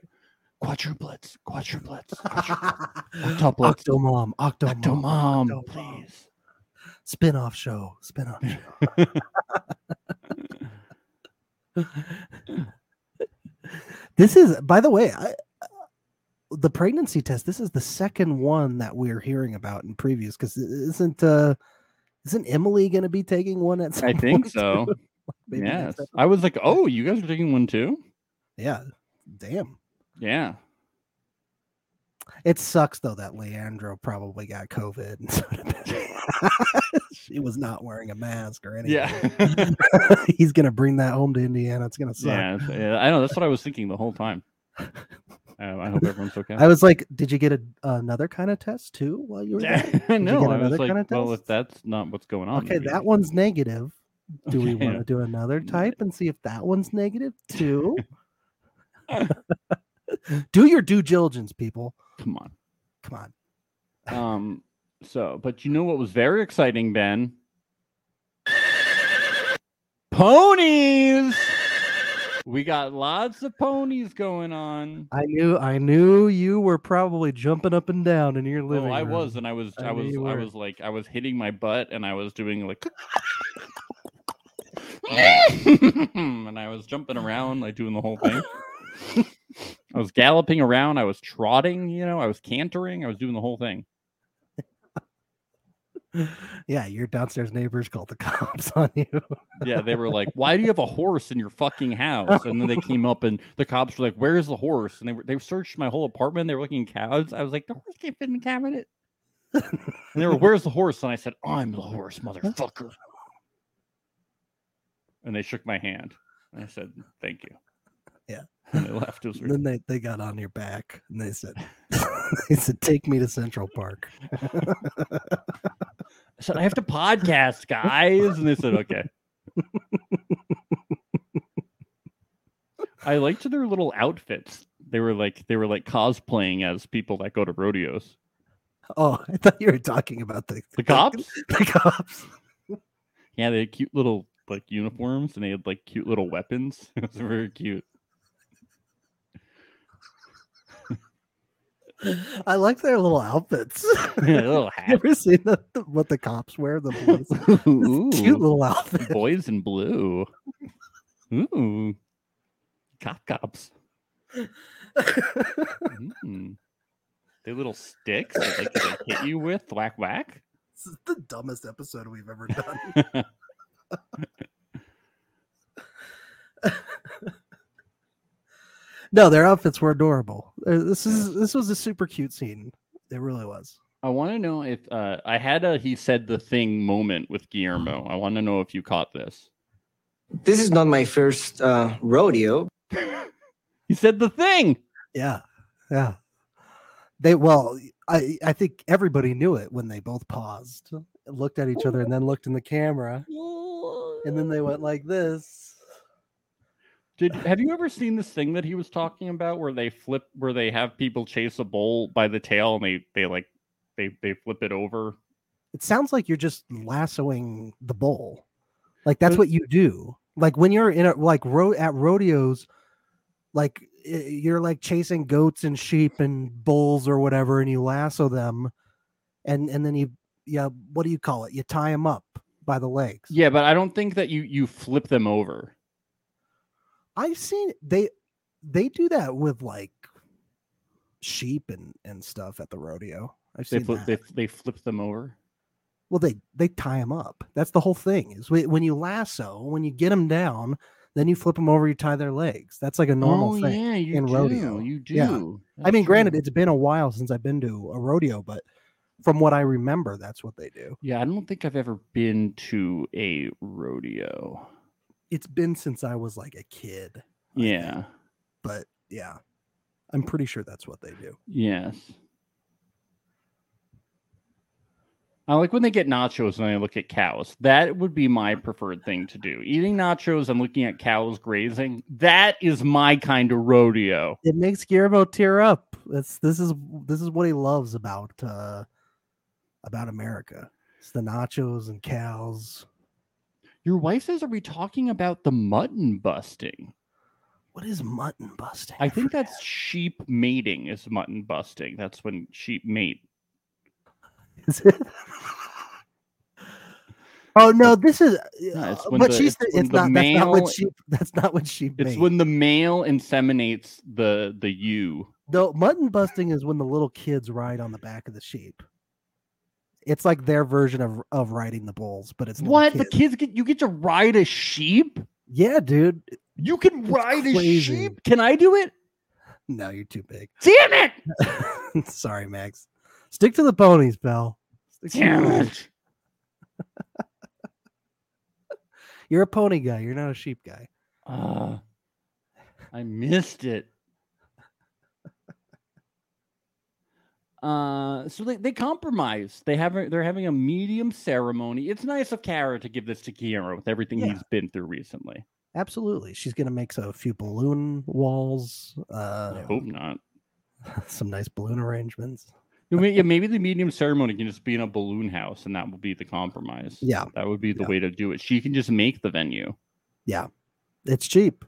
quadruplets, quadruplets, quadruplets. Octoplets. Octomom, Octomom, Octo mom, Octomom. please. Spin-off show, spin-off show. this is by the way, I, uh, the pregnancy test, this is the second one that we're hearing about in previews cuz isn't uh isn't Emily going to be taking one at some I think point, so. too? Maybe yes. next episode. I was like, oh, you guys are taking one too? Yeah. Damn. Yeah. It sucks though that Leandro probably got COVID. And so did Benny. she was not wearing a mask or anything. Yeah. He's gonna bring that home to Indiana. It's gonna suck. yeah. it's- yeah, I know. That's what I was thinking the whole time. Um, I hope everyone's okay. I was like, did you get a, another kind of test too while you were there? I know. get I was another like, kind of well, if test? that's not what's going on. okay, maybe- that one's negative. Do we Okay. want to do another type and see if that one's negative too? do your due diligence, people. Come on. Come on. Um, so, but you know what was very exciting, Ben? Ponies. We got lots of ponies going on. I knew I knew you were probably jumping up and down in your living Oh, I room. was, and I was, I I knew was, you I were. was like, I was hitting my butt, and I was doing like, and I was jumping around, like doing the whole thing. I was galloping around. I was trotting. You know, I was cantering. I was doing the whole thing. yeah, your downstairs neighbors called the cops on you. Yeah, they were like, "Why do you have a horse in your fucking house?" And then they came up, and the cops were like, "Where's the horse?" And they were, they searched my whole apartment. They were looking at cows. I was like, "The horse can't fit in the cabinet." and they were, "Where's the horse?" And I said, "I'm the horse, motherfucker." And they shook my hand, and I said, "Thank you." Yeah. And they left. It was And then they, they got on your back and they said, they said, take me to Central Park. I said, I have to podcast, guys. And they said, okay. I liked their little outfits. They were like they were like cosplaying as people that go to rodeos. Oh, I thought you were talking about the, The cops? The cops. Yeah, they had cute little like uniforms and they had like cute little weapons. It was very cute. I like their little outfits. Yeah, little You hats. ever seen the, the- what the cops wear? The police? Ooh, It's cute little outfit. boys in blue. Ooh. Cop cops. Mm. They little sticks that like, they like, hit you with whack whack. this is the dumbest episode we've ever done. no, their outfits were adorable. Uh, This is this was a super cute scene. It really was. I want to know if uh, I had a he said the thing moment with Guillermo. I want to know if you caught this. This is not my first uh, rodeo. He said the thing. Yeah, yeah. They well, I I think everybody knew it when they both paused, looked at each other, and then looked in the camera, and then they went like this. Did have you ever seen this thing that he was talking about where they flip where they have people chase a bull by the tail and they they like they they flip it over? It sounds like you're just lassoing the bull, like that's what you do. Like when you're in a like ro- at rodeos, like i- you're like chasing goats and sheep and bulls or whatever, and you lasso them, and and then you yeah, what do you call it? You tie them up by the legs. Yeah, but I don't think that you you flip them over. I've seen they they do that with like sheep and and stuff at the rodeo. I've They seen flip that. they, they flip them over. well, they they tie them up. That's the whole thing. Is whe- when you lasso, when you get them down, then you flip them over. You tie their legs. That's like a normal oh, thing. Yeah, you in do. rodeo. You do. Yeah. I That's mean, granted, true. it's been a while since I've been to a rodeo, but from what I remember, that's what they do. yeah, I don't think I've ever been to a rodeo. It's been since I was like a kid, Yeah. but yeah, I'm pretty sure that's what they do. Yes. I like when they get nachos and they look at cows. That would be my preferred thing to do. Eating nachos and looking at cows grazing. That is my kind of rodeo. it makes Guillermo tear up. That's this is this is what he loves about uh about America. It's the nachos and cows. Your wife says, Are we talking about the mutton busting? What is mutton busting? I think forget. that's sheep mating, is mutton busting. That's when sheep mate. Is it? oh no, this is. No, it's uh, when but the- she's it's it's, when the not. That's not male- what she. That's not what she. It's made. when the male inseminates the the ewe. No, mutton busting is when the little kids ride on the back of the sheep. It's like their version of of riding the bulls, but it's little What the Kids. kids get? You get to ride a sheep? Yeah, dude. You can ride a crazy. sheep? Can I do it? No, you're too big. Damn it! Sorry, Max. Stick to the ponies, pal. Stick to the ponies. it! You're a pony guy. You're not a sheep guy. Uh, I missed it. Uh, so they, they compromise. They have a, they're having a medium ceremony. It's nice of Kara to give this to Kiara with everything Yeah. he's been through recently. Absolutely. She's gonna make a few balloon walls. I Uh, hope not. some nice balloon arrangements. I mean, yeah, maybe the medium ceremony can just be in a balloon house, and that will be the compromise. Yeah, That would be the Yeah. way to do it. She can just make the venue. it's cheap,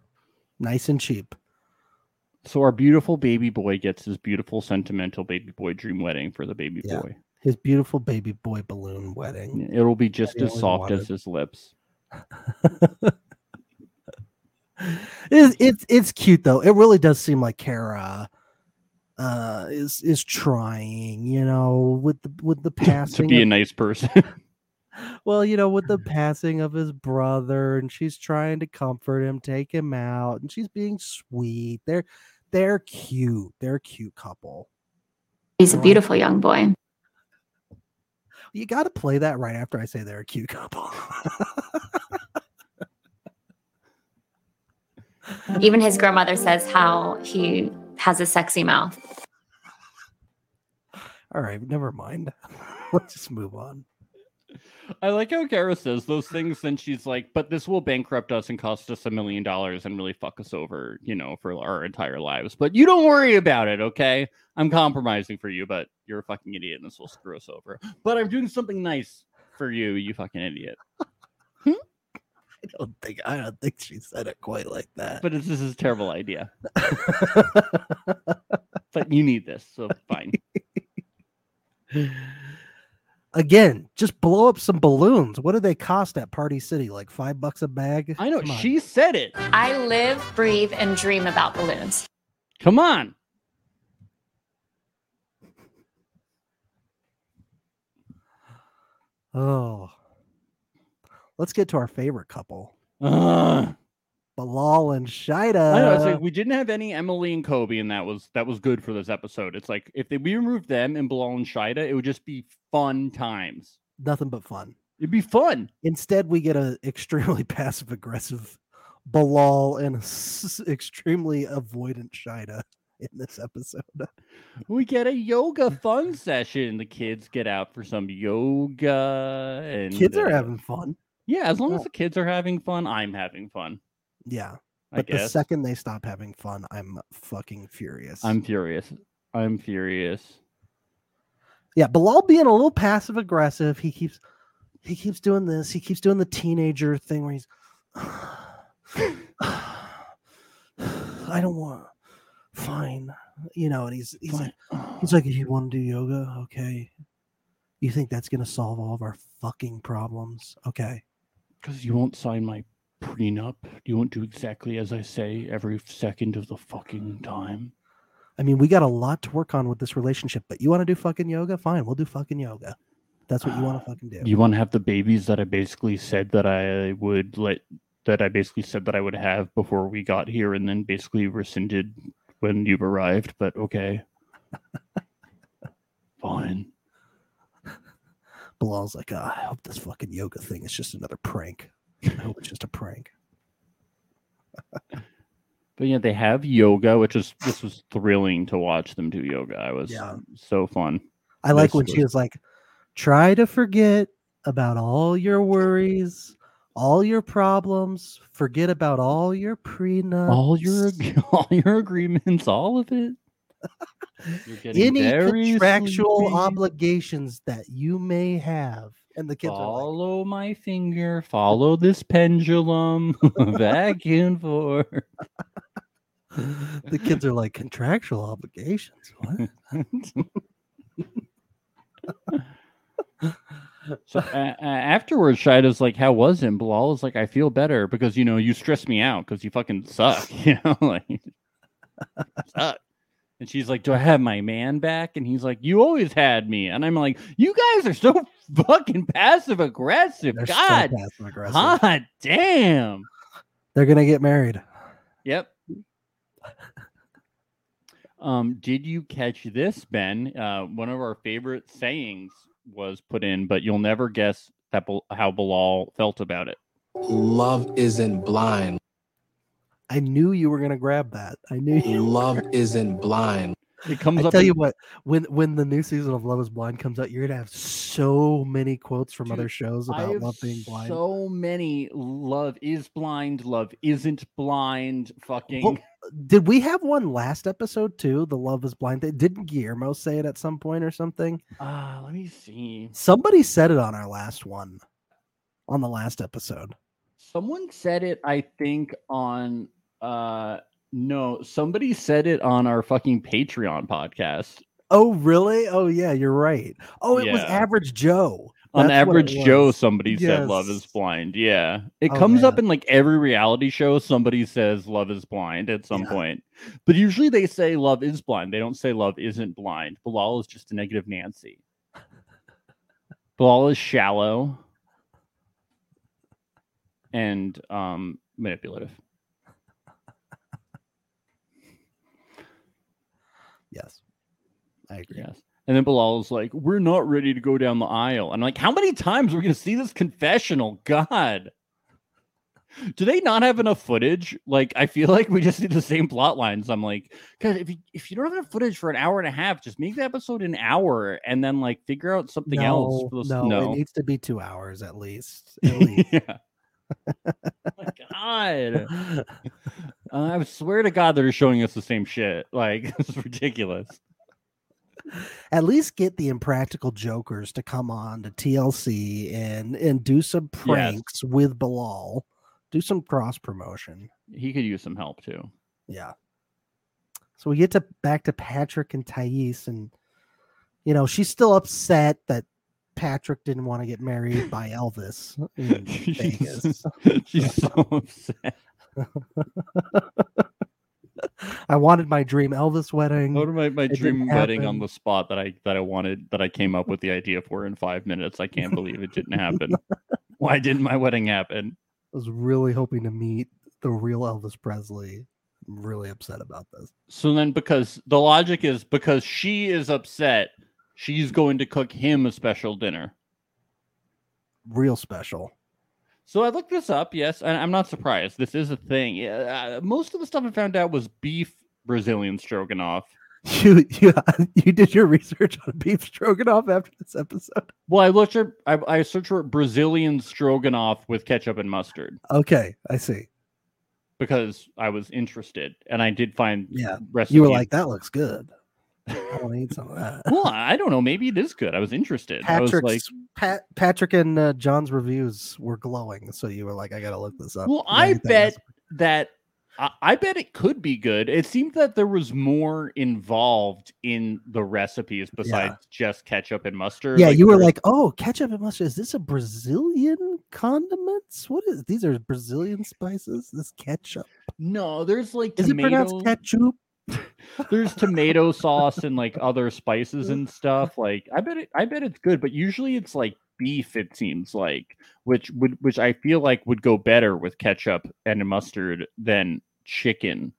nice and cheap. So our beautiful baby boy gets his beautiful sentimental baby boy dream wedding for the baby Yeah. boy. His beautiful baby boy balloon wedding. It'll be just he as always soft as wanted. his lips. it's, it's it's cute though. It really does seem like Kara uh is is trying you know with the with the to passing be of- a nice person. well, you know, with the passing of his brother, and she's trying to comfort him, take him out, and she's being sweet. They're they're cute. They're a cute couple. He's a Right. beautiful young boy. You got to play that right after I say they're a cute couple. Even his grandmother says how he has a sexy mouth. All right, never mind. Let's just move on. I like how Kara says those things, then she's like, but this will bankrupt us and cost us a million dollars and really fuck us over, you know, for our entire lives. But you don't worry about it, okay? I'm compromising for you, but you're a fucking idiot and this will screw us over. But I'm doing something nice for you, you fucking idiot. I don't think I don't think she said it quite like that. But it's, this is a terrible idea. But you need this, so fine. Again, just blow up some balloons. What do they cost at Party City? Like five bucks a bag? I know Come on. she said it. I live, breathe, and dream about balloons. Come on. Oh. Let's get to our favorite couple. Ugh. Bilal and Shida. I know. It's Uh, like we didn't have any Emily and Kobe, and that was that was good for this episode. It's like if they, we removed them and Bilal and Shida, it would just be fun times. Nothing but fun. It'd be fun. Instead, we get an extremely passive aggressive Balal and a s- extremely avoidant Shida in this episode. We get a yoga fun session. The kids get out for some yoga, and Kids are uh, having fun. yeah. As long yeah. as the kids are having fun, I'm having fun. Yeah. I But the guess second they stop having fun, I'm fucking furious. I'm furious. I'm furious. yeah, Bilal being a little passive aggressive. He keeps he keeps doing this. He keeps doing the teenager thing where he's I don't want fine. You know, and he's he's like He's like, you want to do yoga? Okay. You think that's going to solve all of our fucking problems? Okay. Because you won't sign my prenup. You won't do exactly as I say every second of the fucking time. I mean, we got a lot to work on with this relationship, but you want to do fucking yoga? Fine. We'll do fucking yoga. That's what you want to fucking do. You want to have the babies that I basically said that I would let, that I basically said that I would have before we got here and then basically rescinded when you've arrived, but okay. Fine. Bilal's like, "Ah, I hope this fucking yoga thing is just another prank. I hope it's just a prank. But yeah, they have yoga, which is this was thrilling to watch them do yoga. I was Yeah. so fun. I like Yes, when it she was like, try to forget about all your worries, all your problems, forget about all your prenups. all your ag- all your agreements, all of it. You're getting any very contractual sleepy. obligations that you may have. And the kids are like, Follow my finger. Follow this pendulum back and forth. the kids are like contractual obligations. What? So uh, uh, afterwards, Shida's like, "How was it?" And Bilal is like, "I feel better because you know you stress me out because you fucking suck." You know, like suck. And she's like, "Do I have my man back?" And he's like, "You always had me." And I'm like, "You guys are so fucking passive aggressive. They're so God passive aggressive. Hot damn. They're gonna get married. Yep. um, did you catch this, Ben? Uh, one of our favorite sayings was put in, but you'll never guess that Bal- how Bilal felt about it. Love isn't blind. I knew you were gonna grab that. I knew you. Love isn't blind. It comes I up. tell in- you what, when when the new season of Love Is Blind comes out, you're gonna have so many quotes from Dude, other shows I about have love being blind. So many love is blind, love isn't blind. Fucking Did we have one last episode too? The Love Is Blind thing. Didn't Guillermo say it at some point or something? ah, let me see. Somebody said it on our last one, on the last episode. Someone said it, I think, on uh no, somebody said it on our fucking Patreon podcast. Oh, really? Oh, yeah, you're right. Oh, it was Yeah. Average Joe. On That's what it average Joe, was. somebody said love is Yes. blind. Yeah. It Oh, comes up man. in like every reality show, somebody says love is blind at some Yeah. point. But usually they say love is blind. They don't say love isn't blind. Bilal is just a negative Nancy. Bilal is shallow and um manipulative. Yes, I agree. Yes. And then Bilal's like, we're not ready to go down the aisle. And I'm like, how many times are we going to see this confessional? God. Do they not have enough footage? Like, I feel like we just need the same plot lines. I'm like, because if you, if you don't have enough footage for an hour and a half, just make the episode an hour and then like figure out something else. No, for this- no, it needs to be two hours at least. At least. yeah. Oh My God. Uh, I swear to God, they're showing us the same shit. Like, this is ridiculous. at least get the impractical jokers to come on to TLC and and do some pranks with Bilal. Do some cross promotion. He could use some help too. Yeah. So we get to back to Patrick and Thais, and you know she's still upset that Patrick didn't want to get married by Elvis in Vegas. She's so upset. I wanted my dream Elvis wedding. Go to my, my Mm, didn't dream wedding on happen. the spot that I that I wanted that I came up with the idea for in five minutes. I can't believe it didn't happen. Why didn't my wedding happen? was really hoping to meet the real Elvis Presley. I'm really upset about this. So then because the logic is because she is upset, she's going to cook him a special dinner. real special. So I looked this up. Yes, and I'm not surprised. This is a thing. Yeah, Uh, most of the stuff I found out was beef Brazilian stroganoff. You you you did your research on beef stroganoff after this episode. Well, I looked up. I, I searched for Brazilian stroganoff with ketchup and mustard Okay, I see. because I was interested, and I did find Yeah, recipes. You were like, that looks good. I want to eat some of that. well, I don't know. Maybe it is good. I was interested. I was like, Patrick's Pat, Patrick and uh, John's reviews were glowing, so you were like, I gotta look this up. Well, You gotta I get that bet- recipe. that I, I bet it could be good. It seemed that there was more involved in the recipes besides just ketchup and mustard. Yeah, you were there- like, oh, ketchup and mustard. Is this a Brazilian condiments? What is these are Brazilian spices? This ketchup. no, there's like Is tomato, it pronounced ketchup? there's tomato sauce and like other spices and stuff. Like I bet it, I bet it's good, but usually it's like beef. It seems like which would which I feel like would go better with ketchup and mustard than chicken,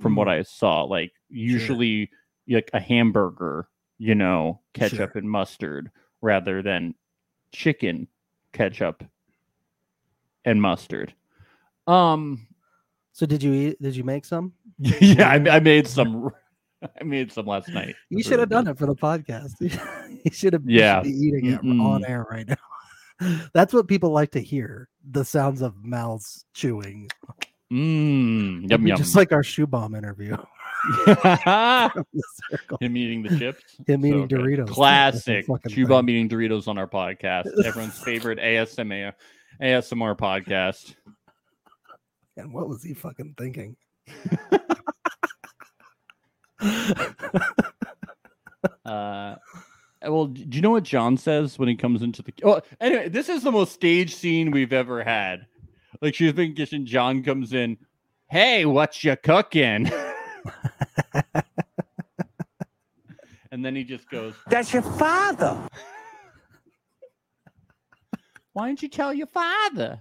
from what I saw. Like usually like a hamburger, you know, ketchup and mustard rather than chicken, ketchup, and mustard. Um. So did you eat did you make some? yeah, I, I made some. I made some last night. You should have done it for the podcast. you should have you should Yeah. be eating it on Mm-mm. air right now. That's what people like to hear. The sounds of mouths chewing. Mmm. Yum We yum. Just like our shoe bomb interview. The circle. Him eating the chips. Him eating good. Doritos. That's the Classic. fucking Chew bomb eating Doritos on our podcast. Everyone's favorite ASMR ASMR podcast. And what was he fucking thinking? Uh well, d- do you know what John says when he comes into the? Oh, anyway, this is the most staged scene we've ever had. Like she's been kitchen. John comes in. Hey, what you cooking? and then he just goes, That's your father. "Why didn't you tell your father?"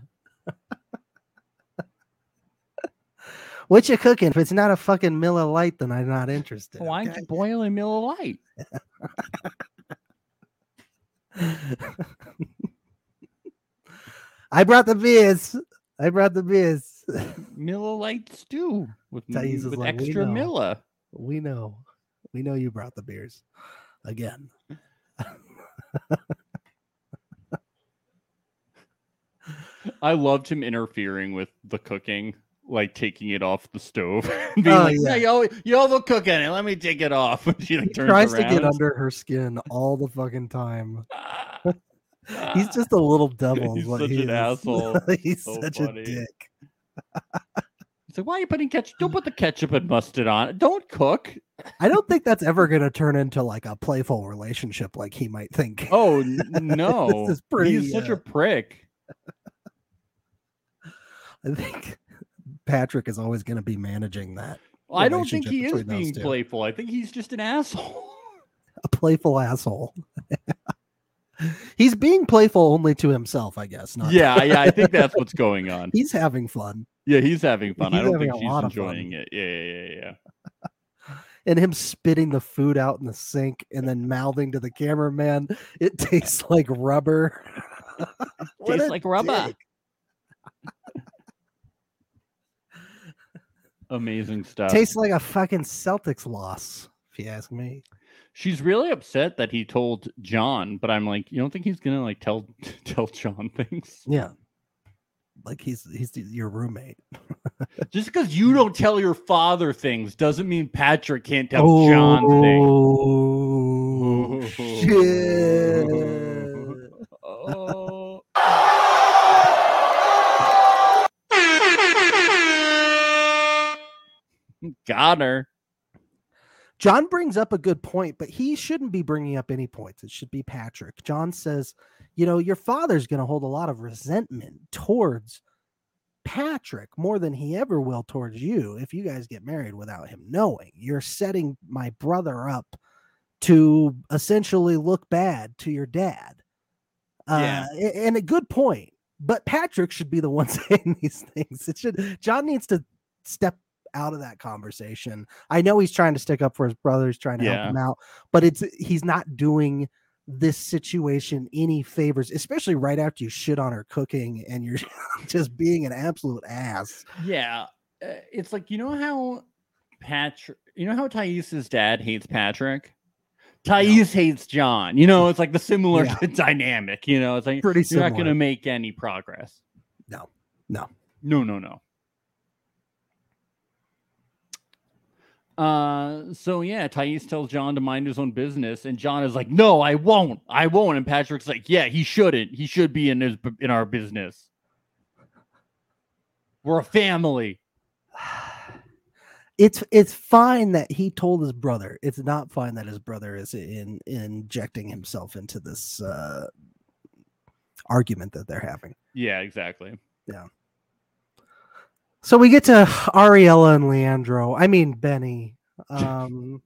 What you cooking? If it's not a fucking Miller Light, then I'm not interested. Why okay? aren't you boiling Miller Lite? I brought the beers. I brought the beers. Miller Lite stew with, Tell you m- this is with like, we extra know. Miller. we know. We know you brought the beers again. I loved him interfering with the cooking, like taking it off the stove. and Being Oh, like, yeah. "No, you're, you're overcooking it. Let me take it off. When she like, He turns tries around. to get under her skin all the fucking time. Ah, He's ah. just a little devil. is He's what such he an is. asshole. He's So such funny. a dick. He's like, why are you putting ketchup? Don't put the ketchup and mustard on. it. Don't cook. I don't think that's ever going to turn into like a playful relationship, like he might think. Oh n- no! is pretty, He's such uh, a prick. I think Patrick is always going to be managing that. Well, I don't think relationship he is between those being two. playful. I think he's just an asshole. A playful asshole. He's being playful only to himself, I guess. Not yeah, yeah. I think that's what's going on. he's having fun, Yeah, he's having fun. I He's don't having think a she's lot of fun. enjoying it. Yeah, yeah, yeah, yeah. and him spitting the food out in the sink and then mouthing to the cameraman, "It tastes like rubber." What Tastes a like rubber. dick. Amazing stuff. Tastes like a fucking Celtics loss, if you ask me. She's really upset that he told John, but I'm like, you don't think he's gonna like tell tell John things? Yeah, like he's he's your roommate. Just because you don't tell your father things doesn't mean Patrick can't tell John things. Oh, shit. Oh. Got her. John brings up a good point, but he shouldn't be bringing up any points. It should be Patrick. John says, you know, your father's going to hold a lot of resentment towards Patrick more than he ever will towards you if you guys get married without him knowing. You're setting my brother up to essentially look bad to your dad. Yeah. Uh, a- and a good point. But Patrick should be the one saying these things. It should John needs to step out of that conversation. I know he's trying to stick up for his brother, he's trying to Yeah. help him out, but it's he's not doing this situation any favors, especially right after you shit on her cooking and you're just being an absolute ass. Yeah, uh, it's like you know how Patrick, you know how Thais's dad hates Patrick. Thais hates John. You know, it's like the similar Yeah. dynamic. You know, it's like Pretty you're similar. not going to make any progress. No, no. no, no, no. Uh, so yeah, Thais tells John to mind his own business, and John is like, "No, I won't, I won't." And Patrick's like, "Yeah, he shouldn't. He should be in his bu- in our business. We're a family." It's it's fine that he told his brother. It's not fine that his brother is in, injecting himself into this uh, argument that they're having. Yeah, exactly. So we get to Ariella and Leandro. I mean Benny. Um,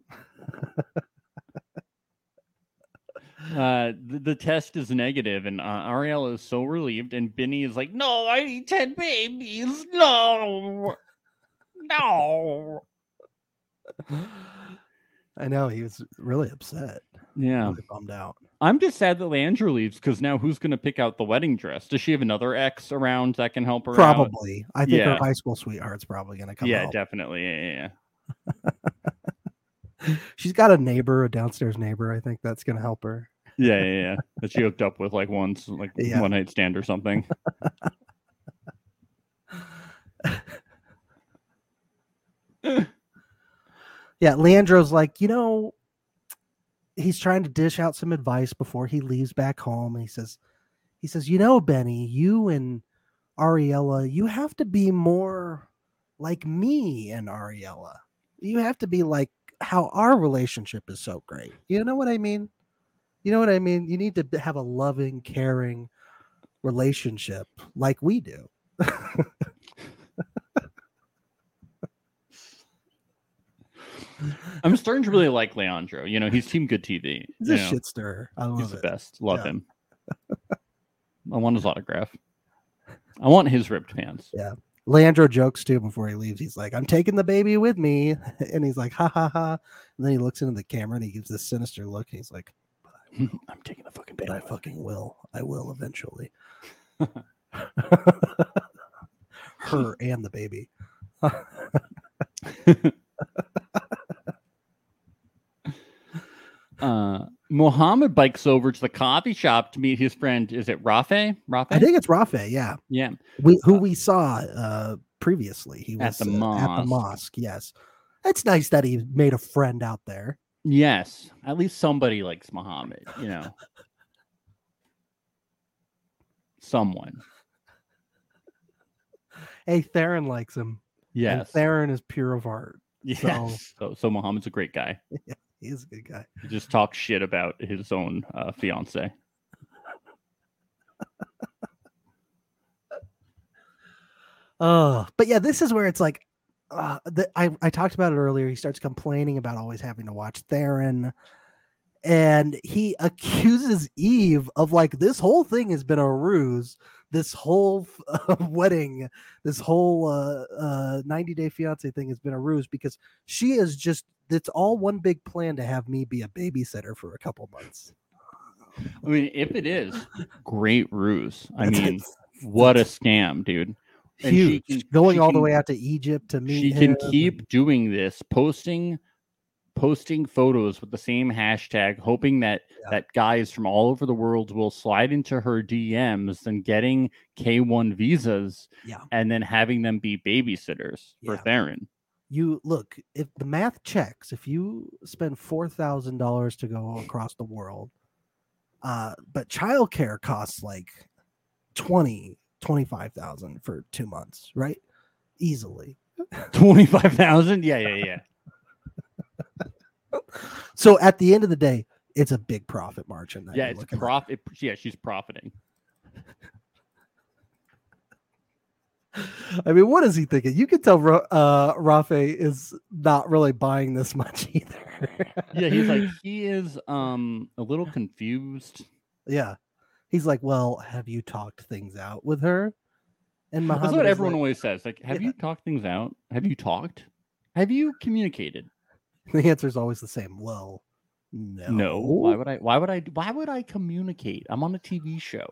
Uh, the, the test is negative, and uh, Ariel is so relieved, and Benny is like, "No, I need ten babies. No, no." I know he was really upset, Yeah, really bummed out. I'm just sad that Leandra leaves because now who's going to pick out the wedding dress? Does she have another ex around that can help her? out? Probably, I think Yeah. her high school sweetheart's probably going to come. Yeah, help. definitely. Yeah, yeah, yeah. She's got a neighbor, a downstairs neighbor. I think that's going to help her. yeah, yeah, yeah. That she hooked up with like once, like Yeah. one night stand or something. Yeah, Leandro's like, you know, he's trying to dish out some advice before he leaves back home. And he says, he says, you know, Benny, you and Ariella, you have to be more like me and Ariella. You have to be like how our relationship is so great. You know what I mean? You know what I mean? You need to b- have a loving, caring relationship like we do. I'm starting to really like Leandro. You know, he's Team Good TV. He's you a know, shit stirrer. I he's love the it. best. Love Yeah. him. I want his autograph. I want his ripped pants. Leandro jokes too before he leaves. He's like, I'm taking the baby with me. And he's like, ha ha ha. And then he looks into the camera and he gives this sinister look. He's like, I'm taking the fucking but baby. I fucking will. I will eventually. Her and the baby. Uh, Mohammed bikes over to the coffee shop to meet his friend. Is it Rafe? Rafe? I think it's Rafe. Yeah. Yeah. We, who we saw uh, previously. He At was the uh, at the mosque. mosque. Yes. It's nice that he made a friend out there. Yes. At least somebody likes Muhammad, you know. Someone. Hey, Theron likes him. and Yes. Theron is pure of heart. Yes. So, so Muhammad's a great guy. He is a good guy. He just talks shit about his own uh, fiance. Oh, but yeah, this is where it's like, uh, the, I I talked about it earlier. He starts complaining about always having to watch Theron, and he accuses Eve of like this whole thing has been a ruse. This whole uh, wedding, this whole uh, uh, ninety day fiance thing has been a ruse because she is just. It's all one big plan to have me be a babysitter for a couple months. I mean, if it is, great ruse. I It's- mean, it's what a scam, dude. and she huge. can- Going she all the can- way out to Egypt to meet she him. can keep doing this posting posting photos with the same hashtag hoping that Yeah. that guys from all over the world will slide into her dms and getting k1 visas Yeah. and then having them be babysitters for Yeah. theron you look if the math checks if you spend four thousand dollars to go across the world uh but childcare costs like 20 25000 for two months right easily 25000 yeah yeah yeah so at the end of the day it's a big profit margin that yeah you're it's looking at. prof it, yeah she's profiting i mean what is he thinking you can tell Ra- uh rafe is not really buying this much either yeah he's like he is um a little confused yeah he's like well have you talked things out with her and that's Muhammad what is everyone Uh, like- always says like have Yeah. you talked things out have you talked have you communicated the answer is always the same well No. Why would I? Why would I? Why would I communicate? I'm on a TV show.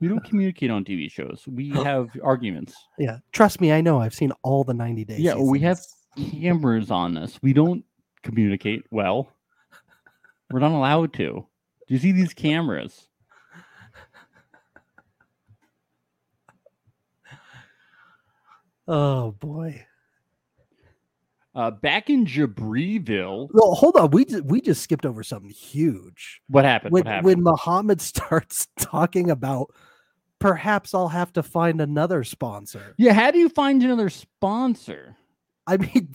We don't communicate on TV shows. We have arguments. Yeah. Trust me, I know. I've seen all the 90 days. Yeah, we have cameras on us. We don't communicate well. We're not allowed to. Do you see these cameras? Oh boy. Uh, back in Jabriville, Well, hold on. We ju- we just skipped over something huge. what happened? when what happened? when Muhammad starts talking about perhaps I'll have to find another sponsor. yeah, how do you find another sponsor? I mean,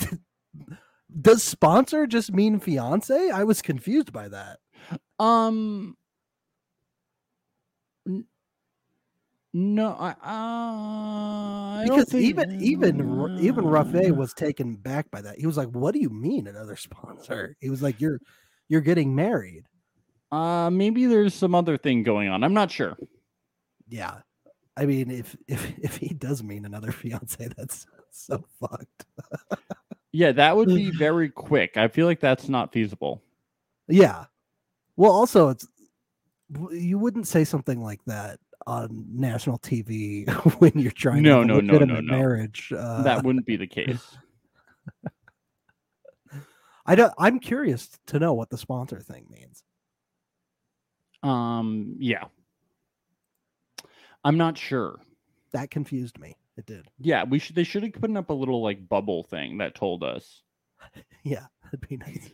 does sponsor just mean fiance? I was confused by that. Um, n- no, I, uh, I don't because think- even even R- even Rafe was taken back by that. He was like, "What do you mean another sponsor?" He was like, "You're you're getting married." Uh, maybe there's some other thing going on. I'm not sure. Yeah. I mean, if if if he does mean another fiance, that's so fucked. Yeah, that would be very quick. I feel like that's not feasible. Yeah. Well, also, it's w- you wouldn't say something like that on national TV when you're trying No, to have no, no, a no, legitimate no. marriage. Uh, that wouldn't be the case. I don't. I'm curious to know what the sponsor thing means. Um, yeah. I'm not sure. That confused me. It did. Yeah, we should they should have put up a little like bubble thing that told us. Yeah, that'd be nice.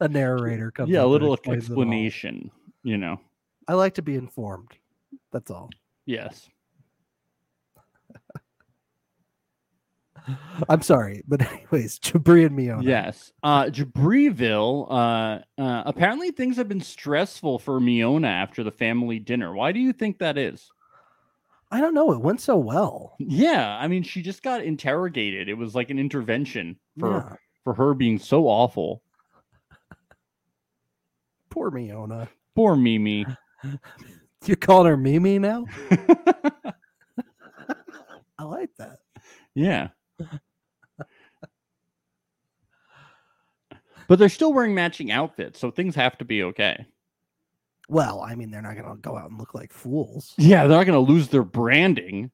a narrator comes. yeah, a up and little explains it all. explanation, you know. I like to be informed. That's all. Yes. I'm sorry, but anyways, Jabri and Miona. Yes. Uh Jabriville, uh, uh apparently things have been stressful for Miona after the family dinner. Why do you think that is? I don't know. It went so well. Yeah, I mean she just got interrogated. It was like an intervention for Yeah. for her being so awful. Poor Miona. Poor Mimi. You calling her Mimi now? I like that. Yeah. but they're still wearing matching outfits, so things have to be okay. Well, I mean, they're not going to go out and look like fools. Yeah, they're not going to lose their branding.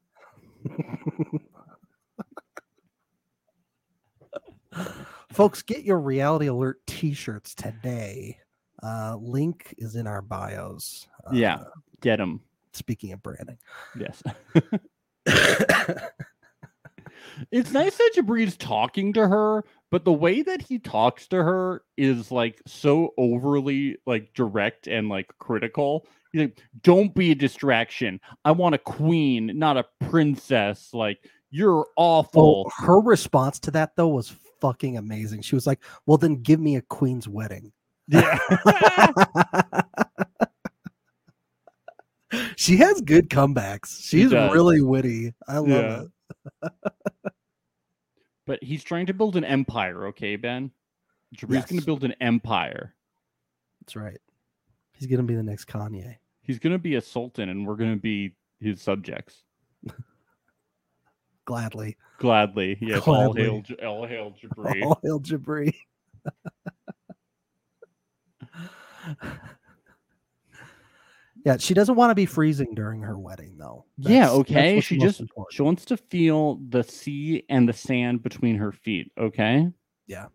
Folks, get your Reality Alert t shirts today. Uh, link is in our bios. Uh, Yeah. Get them. Speaking of branding, Yes. it's nice that Jabri's talking to her, but the way that he talks to her is like so overly like direct and like critical. He's like, "Don't be a distraction. I want a queen, not a princess. Like you're oh, awful." her response to that though was fucking amazing. She was like, "Well, then give me a queen's wedding." Yeah. she has good comebacks. She's does. really witty. I love Yeah. it. but he's trying to build an empire, okay, Ben? Jabri's going Yes. to build an empire. That's right. He's gonna be the next Kanye. He's going to be a sultan and we're going to be his subjects. Gladly. Gladly. Yes, all Gladly. Oh, hail J- all hail Jabri. All hail Jabri. yeah, she doesn't want to be freezing during her wedding though. Yeah, That's- that's okay, what's she most just- important. She wants to feel the sea and the sand between her feet, okay? There's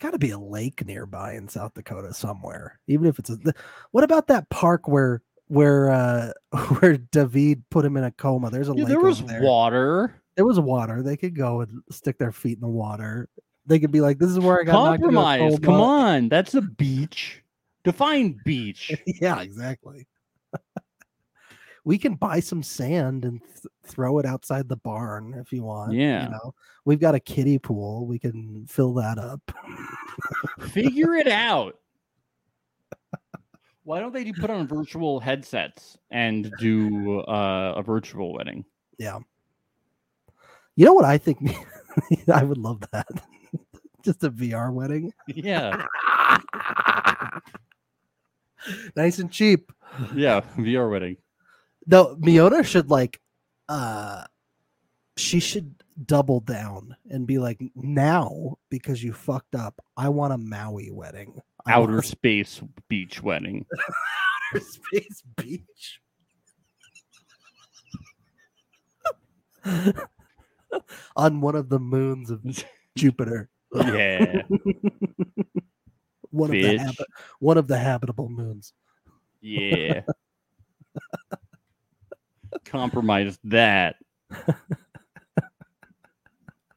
got to be a lake nearby in South Dakota somewhere, even if it's a. th- What about that park where where uh where David put him in a coma? There's a Yeah, lake. there was over there. water. There was water. They could go and stick their feet in the water. They could be like, "This is where I got knocked into a Compromise. Come coma." on. That's a beach. Define beach. yeah, exactly. we can buy some sand and th- throw it outside the barn if you want. Yeah. you know, we've got a kiddie pool. We can fill that up. Figure it out. Why don't they put on virtual headsets and do uh, a virtual wedding? You know what I think? I would love that. Just a VR wedding. Yeah, Nice and cheap. yeah, VR wedding. Though Miona should like uh she should double down and be like, now because you fucked up, I want a Maui wedding. I want Outer space beach wedding. outer space beach. On one of the moons of Jupiter. Yeah. One of the Bitch. habit one of the habitable moons. Yeah. Compromise that.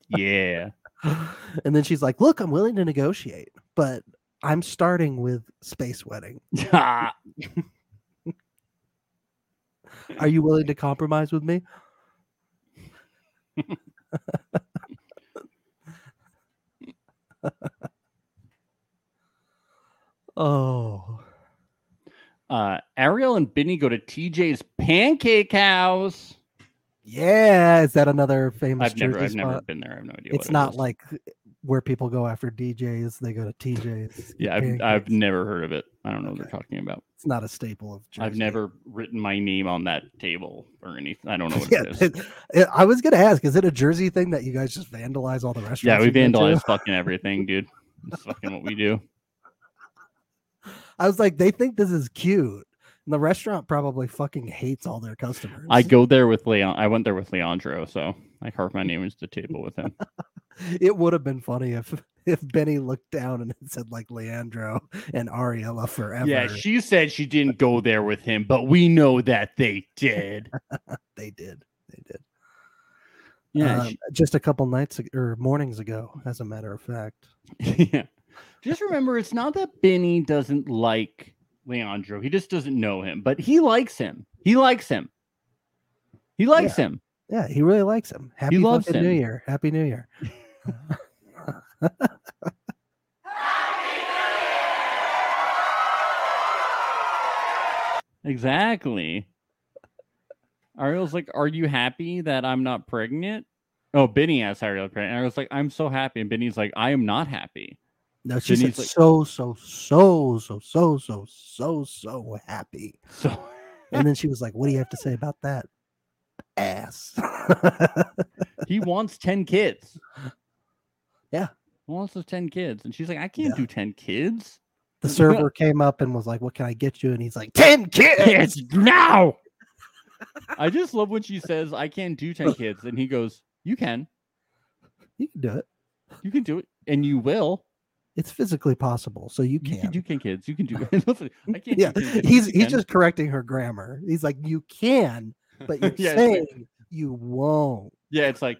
Yeah. And then she's like, "Look, I'm willing to negotiate, but I'm starting with space wedding. Ah, Are you willing to compromise with me?" oh, uh, Ariel and Benny go to TJ's Pancake House. yeah. Is that another famous I've never, Jersey I've never spot? been there. I have no idea. It's what it not is. like eh, where people go after DJs; they go to TJs. Yeah, I've, I've never heard of it. I don't know what they're talking about. it's not a staple of. Jersey. I've never written my name on that table or anything. I don't know what yeah, it is. it- it- I was gonna ask, is it a Jersey thing that you guys just vandalize all the restaurants? yeah, we you go to? vandalize fucking everything, dude. That's fucking what we do. I was like, they think this is cute, and the restaurant probably fucking hates all their customers. I go there with Leon. I went there with Leandro, so I carved my name into the table with him. It would have been funny if if Benny looked down and it said like Leandro and Ariella forever. Yeah, she said she didn't go there with him, but we know that they did. they did. They did. Yeah, Um, just a couple nights ag- or mornings ago, as a matter of fact. she- yeah. Just remember, it's not that Benny doesn't like Leandro. He just doesn't know him, but he likes him. He likes him. He likes him. Yeah, he really likes him. Happy loves fucking New him. Year. Happy New Year. Exactly. Ariel's like, "Are you happy that I'm not pregnant?" Oh, Benny asked Ariel, pregnant. I was like, "I'm so happy," and Benny's like, "I am not happy." No, she's Jenny's like- so so so so so so so so happy. So And then she was like, "What do you have to say about that ass?" he wants 10 kids. Yeah. He wants those 10 kids. And she's like, I can't Yeah. do 10 kids. the server came up and was like, "What can I get you?" And he's like, 10 kids." now. I just love when she says, I can't do 10 kids. And he goes, You can. "You can do it. You can do it. And you will. It's physically possible, so you You can." can do 10 kids. You can do it. I can't yeah, do 10 kids. he's You he's can." just correcting her grammar. He's like, "You can, but you're Yeah, it's saying like- you won't." Yeah, it's like,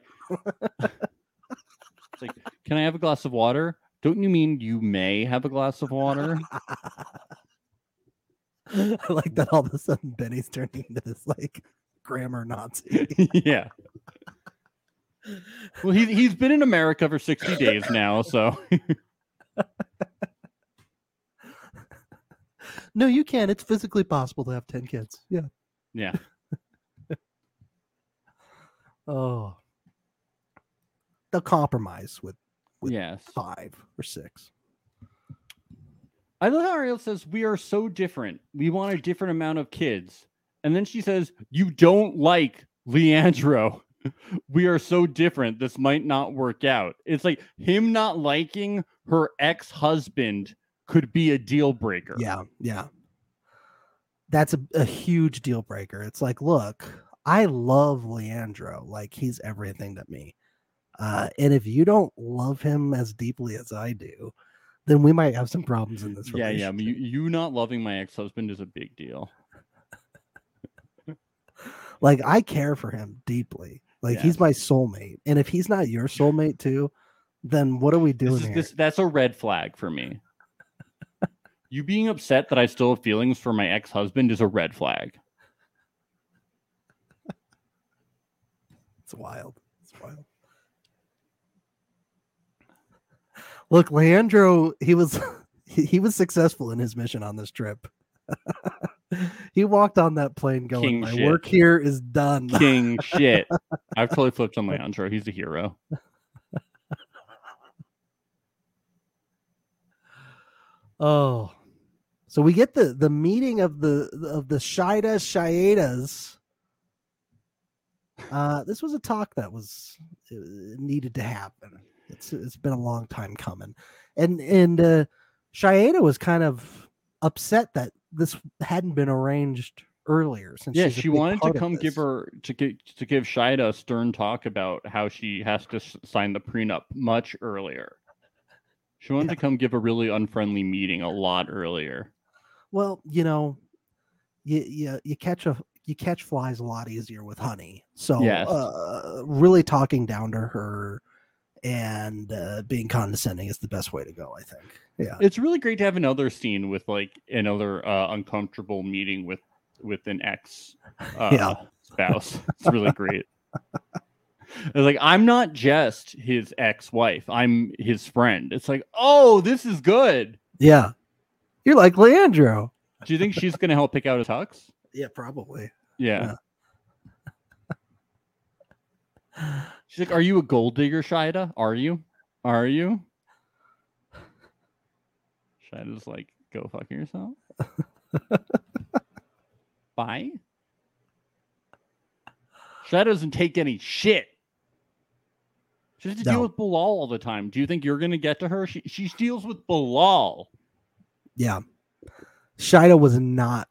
it's like, Can I have a glass of water? Don't you mean you may have a glass of water? I like that. All of a sudden, Benny's turning into this like grammar Nazi. yeah. Well, he's he's been in America for sixty days now, so no, you can. It's physically possible to have ten kids. Yeah. yeah. Oh, they'll compromise with With Yes. five or six. I love how Ariel says we are so different. We want a different amount of kids, and then she says you don't like Leandro. We are so different. This might not work out. It's like him not liking her ex husband could be a deal breaker. Yeah, yeah. That's a, a huge deal breaker. It's like, look, I love Leandro. Like he's everything to me. Uh, and if you don't love him as deeply as I do, then we might have some problems in this yeah, yeah. I relationship. mean, You, you not loving my ex husband is a big deal. Like I care for him deeply. Like Yeah. he's my soulmate. And if he's not your soulmate too, then what are we doing This is here? this that's a red flag for me. you being upset that I still have feelings for my ex-husband is a red flag. It's wild. It's wild. Look, Leandro, he was he he was successful in his mission on this trip. he walked on that plane going, King My shit. work here is done. King shit. I've totally flipped on Leandro. He's a hero. Oh. So we get the the meeting of the of the Shida Shiadas Uh, this was a talk that was uh, needed to happen. It's it's been a long time coming, and and uh, Shieda was kind of upset that this hadn't been arranged earlier. Since yeah, she's a she big wanted to part of come give this. her to give to give Shida a stern talk about how she has to s- sign the prenup much earlier. She wanted to come give a really unfriendly meeting a lot earlier. Well, you know, you you, you catch a you catch flies a lot easier with honey. So Yes. uh, really talking down to her and uh, being condescending is the best way to go. I think. Yeah. It's really great to have another scene with like another uh, uncomfortable meeting with with an ex uh, Yeah. spouse. It's really great. It's like I'm not just his ex-wife. I'm his friend. It's like, "Oh, this is good." Yeah. You're like Leandro. Do you think she's going to help pick out a tux? Yeah, probably. Yeah. She's like, Are you a gold digger, Shida? Are you? Are you? Shida's like, Go fuck yourself. Bye. Shida doesn't take any shit. She has to No. deal with Bilal all the time. Do you think you're going to get to her? She, she deals with Bilal. Yeah. Shida was not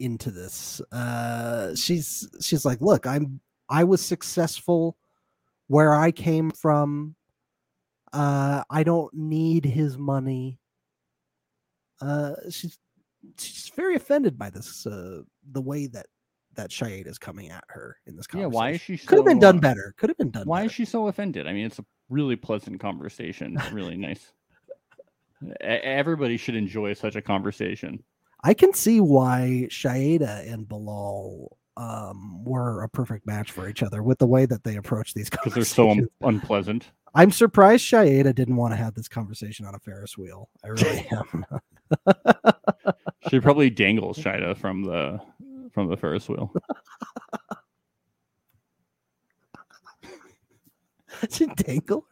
into this. Uh she's she's like, "Look, I'm I was successful where I came from. Uh I don't need his money." Uh she's she's very offended by this uh the way that that Shida is coming at her in this Yeah, conversation. why is she Could have been so, done uh, better. Could have been done Why better. is she so offended? I mean, it's a really pleasant conversation. It's really nice. E- Everybody should enjoy such a conversation. I can see why Shaeda and Bilal um, were a perfect match for each other with the way that they approach these because they're conversations. so un- unpleasant. I'm surprised Shaeda didn't want to have this conversation on a Ferris wheel. I really am. She probably dangles Shida from the from the Ferris wheel. she dangle,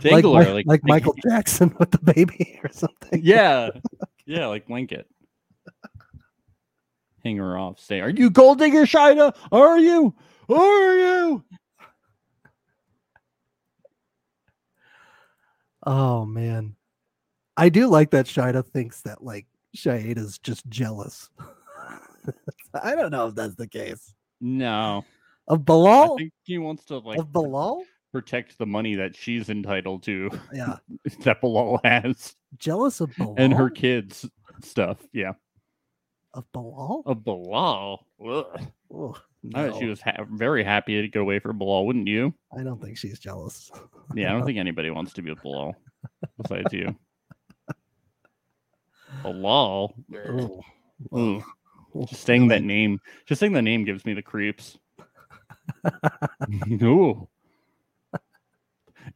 Dangle like, her like, like Michael Jackson with the baby or something. Yeah, yeah, like link it. Hang her off. Say, are you gold digger, Shida? Are you? Are you? Oh man, I do like that Shaida thinks that like Shaeda's just jealous. I don't know if that's the case No, of I Bilal. think he wants to like Oh. Of Bilal, protect the money that she's entitled to yeah, that Bilal has. jealous of Bilal and her kids stuff. Yeah, of Bilal. of Bilal. Ugh. Oh, I no. bet she was ha- very happy to get away from Bilal, wouldn't you? I don't think she's jealous. Yeah, I don't think anybody wants to be with Bilal besides you. Bilal. Ugh. Ugh. Oh, Just saying that name, just saying the name gives me the creeps. Ooh.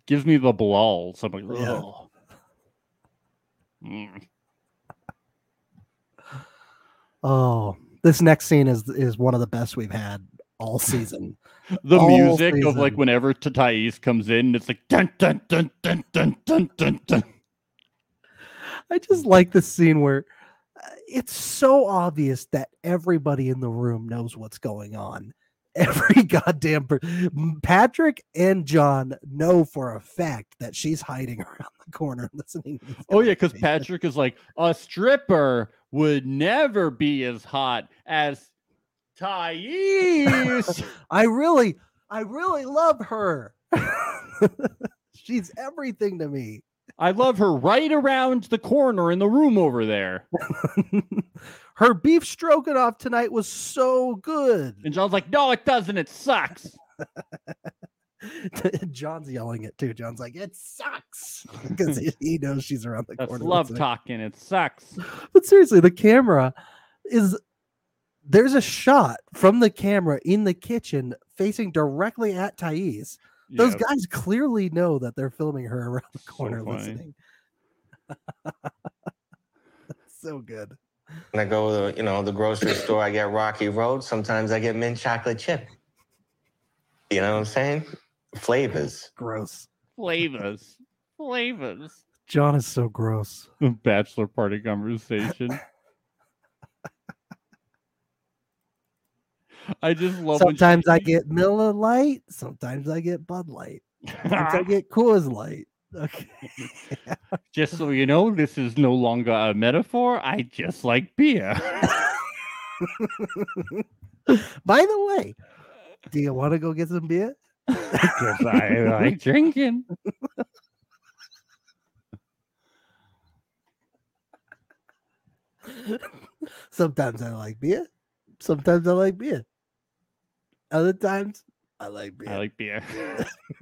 Gives me the Bilals. I'm like, Yeah. ugh. Mm. oh, this next scene is is one of the best we've had all season. the all music of like season. whenever Tatais comes in, it's like dun dun dun dun dun dun dun dun. I just like this scene where uh, it's so obvious that everybody in the room knows what's going on. Every goddamn per- M- Patrick and John know for a fact that she's hiding around the corner listening. to this Oh yeah, because conversation. Patrick is like a stripper would never be as hot as Thais. I really, I really love her. she's everything to me. I love her right around the corner in the room over there. her beef stroganoff tonight was so good. And John's like, no, it doesn't. It sucks. John's yelling it too. John's like, it sucks because he, he knows she's around the That's corner. love listening. talking. It sucks. But seriously, the camera is there's a shot from the camera in the kitchen facing directly at Thais. Those Yeah, guys clearly know that they're filming her around the so corner funny. listening. so good. When I go to you know the grocery store, I get Rocky Road. Sometimes I get mint chocolate chip. You know what I'm saying? Flavors. Gross. Flavors. Flavors. John is so gross. Bachelor party conversation. I just love when she- Sometimes I get Miller Light. Sometimes I get Bud Light. Sometimes Ah, I get Coors Light. Okay. just so you know, this is no longer a metaphor. I just like beer. By the way, do you want to go get some beer? Because I like drinking. Sometimes I like beer. Sometimes I like beer. Other times I like beer. I like beer.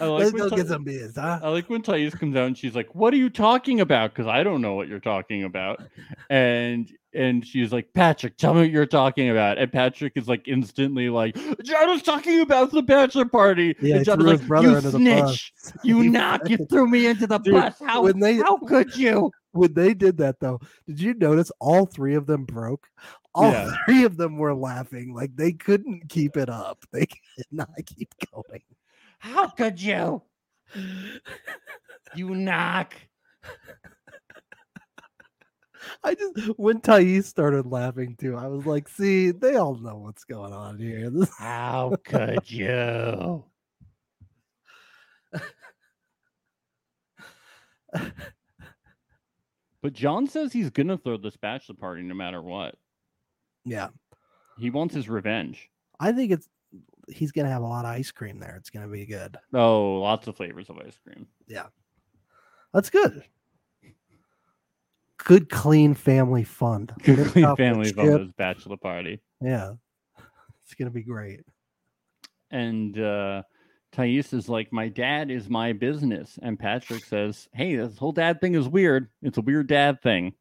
I like, when Oh, Let's go Ta- get some beers, huh? I like when Thais comes out and she's like, "What are you talking about?" Because I don't know what you're talking about, and and she's like, "Patrick, tell me what you're talking about." And Patrick is like instantly like, "I was talking about the bachelor party." Yeah, he and John threw was like, his brother "You under the snitch! bus. You He knock! You threw me into the Dude, bus! How when they- how could you?" when they did that though, did you notice all three of them broke? All Yeah. three of them were laughing like they couldn't keep it up. They could not keep going. How could you? You knock! I just when Thais started laughing too, I was like, "See, they all know what's going on here." This- How could you? but John says he's gonna throw this bachelor party no matter what. yeah, He wants his revenge. I think it's he's gonna have a lot of ice cream there. It's gonna be good. Oh, lots of flavors of ice cream. That's good. Good, clean family fun. Good Mixed clean up with family chip. photos, bachelor party. Yeah, it's gonna be great. And uh Thais is like, My dad is my business. And Patrick says, Hey, this whole dad thing is weird. It's a weird dad thing.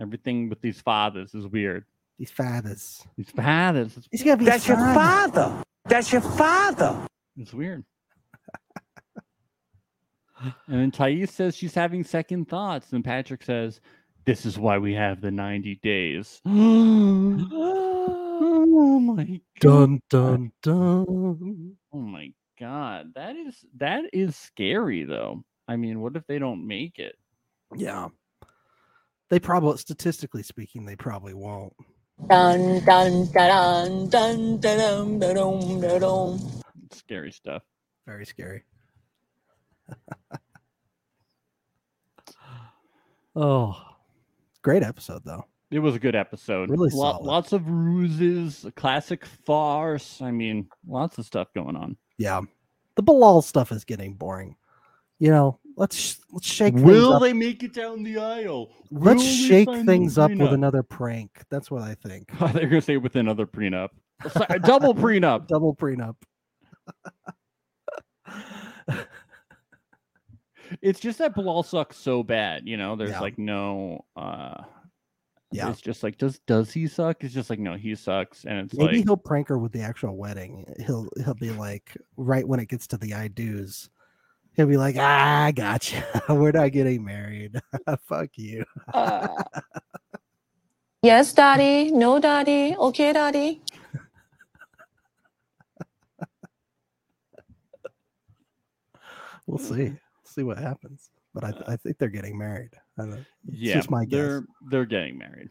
Everything with these fathers is weird. These fathers. These fathers, it's He's gonna be That's your fine. father. That's your father. It's weird. and then Thais says she's having second thoughts, and Patrick says, "This is why we have the ninety days." oh my god! Dun dun dun. Oh my god! That is that is scary, though. I mean, what if they don't make it? Yeah. They probably, statistically speaking, they probably won't. Dun dun dun dun dun dun dun dun dun. It's scary stuff. Very scary. oh, great episode though. It was a good episode. Really Lo- solid. lots of ruses, a classic farce. I mean, lots of stuff going on. Yeah, the Balal stuff is getting boring. You know, let's sh- let's shake things Will up. they make it down the aisle? let's Will they shake find the things up with prenup? another prank. That's what I think. Oh, they're gonna say with another prenup, So- a double prenup. Double prenup. It's just that Bilal sucks so bad. You know, there's Yeah. like no. uh Yeah. It's just like does does he suck? It's just like no, he sucks, and it's Maybe like he'll prank her with the actual wedding. He'll he'll be like, right when it gets to the I do's, he'll be like, ah, I gotcha. We're not getting married. Fuck you. Uh, yes, daddy. No, daddy. Okay, daddy. We'll see. See what happens. But I, I think they're getting married. I don't, it's yeah, just my guess. they're they're getting married.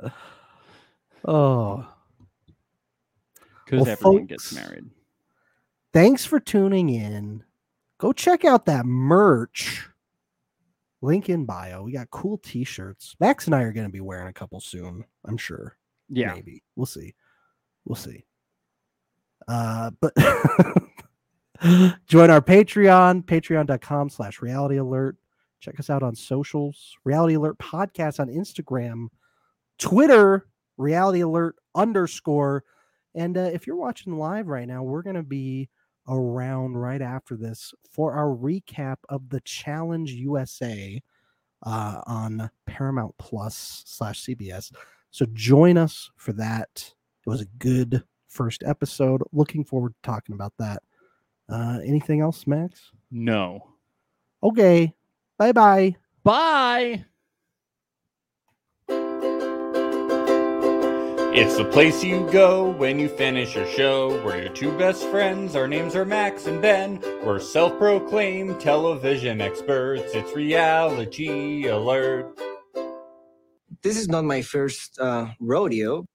Oh, Because Well, everyone gets folks, married. thanks for tuning in. Go check out that merch. Link in bio. We got cool T-shirts. Max and I are going to be wearing a couple soon. I'm sure. Yeah, maybe we'll see we'll see uh but join our patreon patreon.com slash reality alert check us out on socials reality alert podcast on instagram twitter reality alert underscore and uh, if you're watching live right now we're going to be around right after this for our recap of the challenge usa uh, on paramount plus slash cbs so join us for that. It was a good first episode. Looking forward to talking about that. Uh, anything else, Max? no. Okay. Bye bye. Bye. It's the place you go when you finish your show. We're your two best friends. Our names are Max and Ben. We're self proclaimed television experts. It's reality alert. this is not my first uh, rodeo,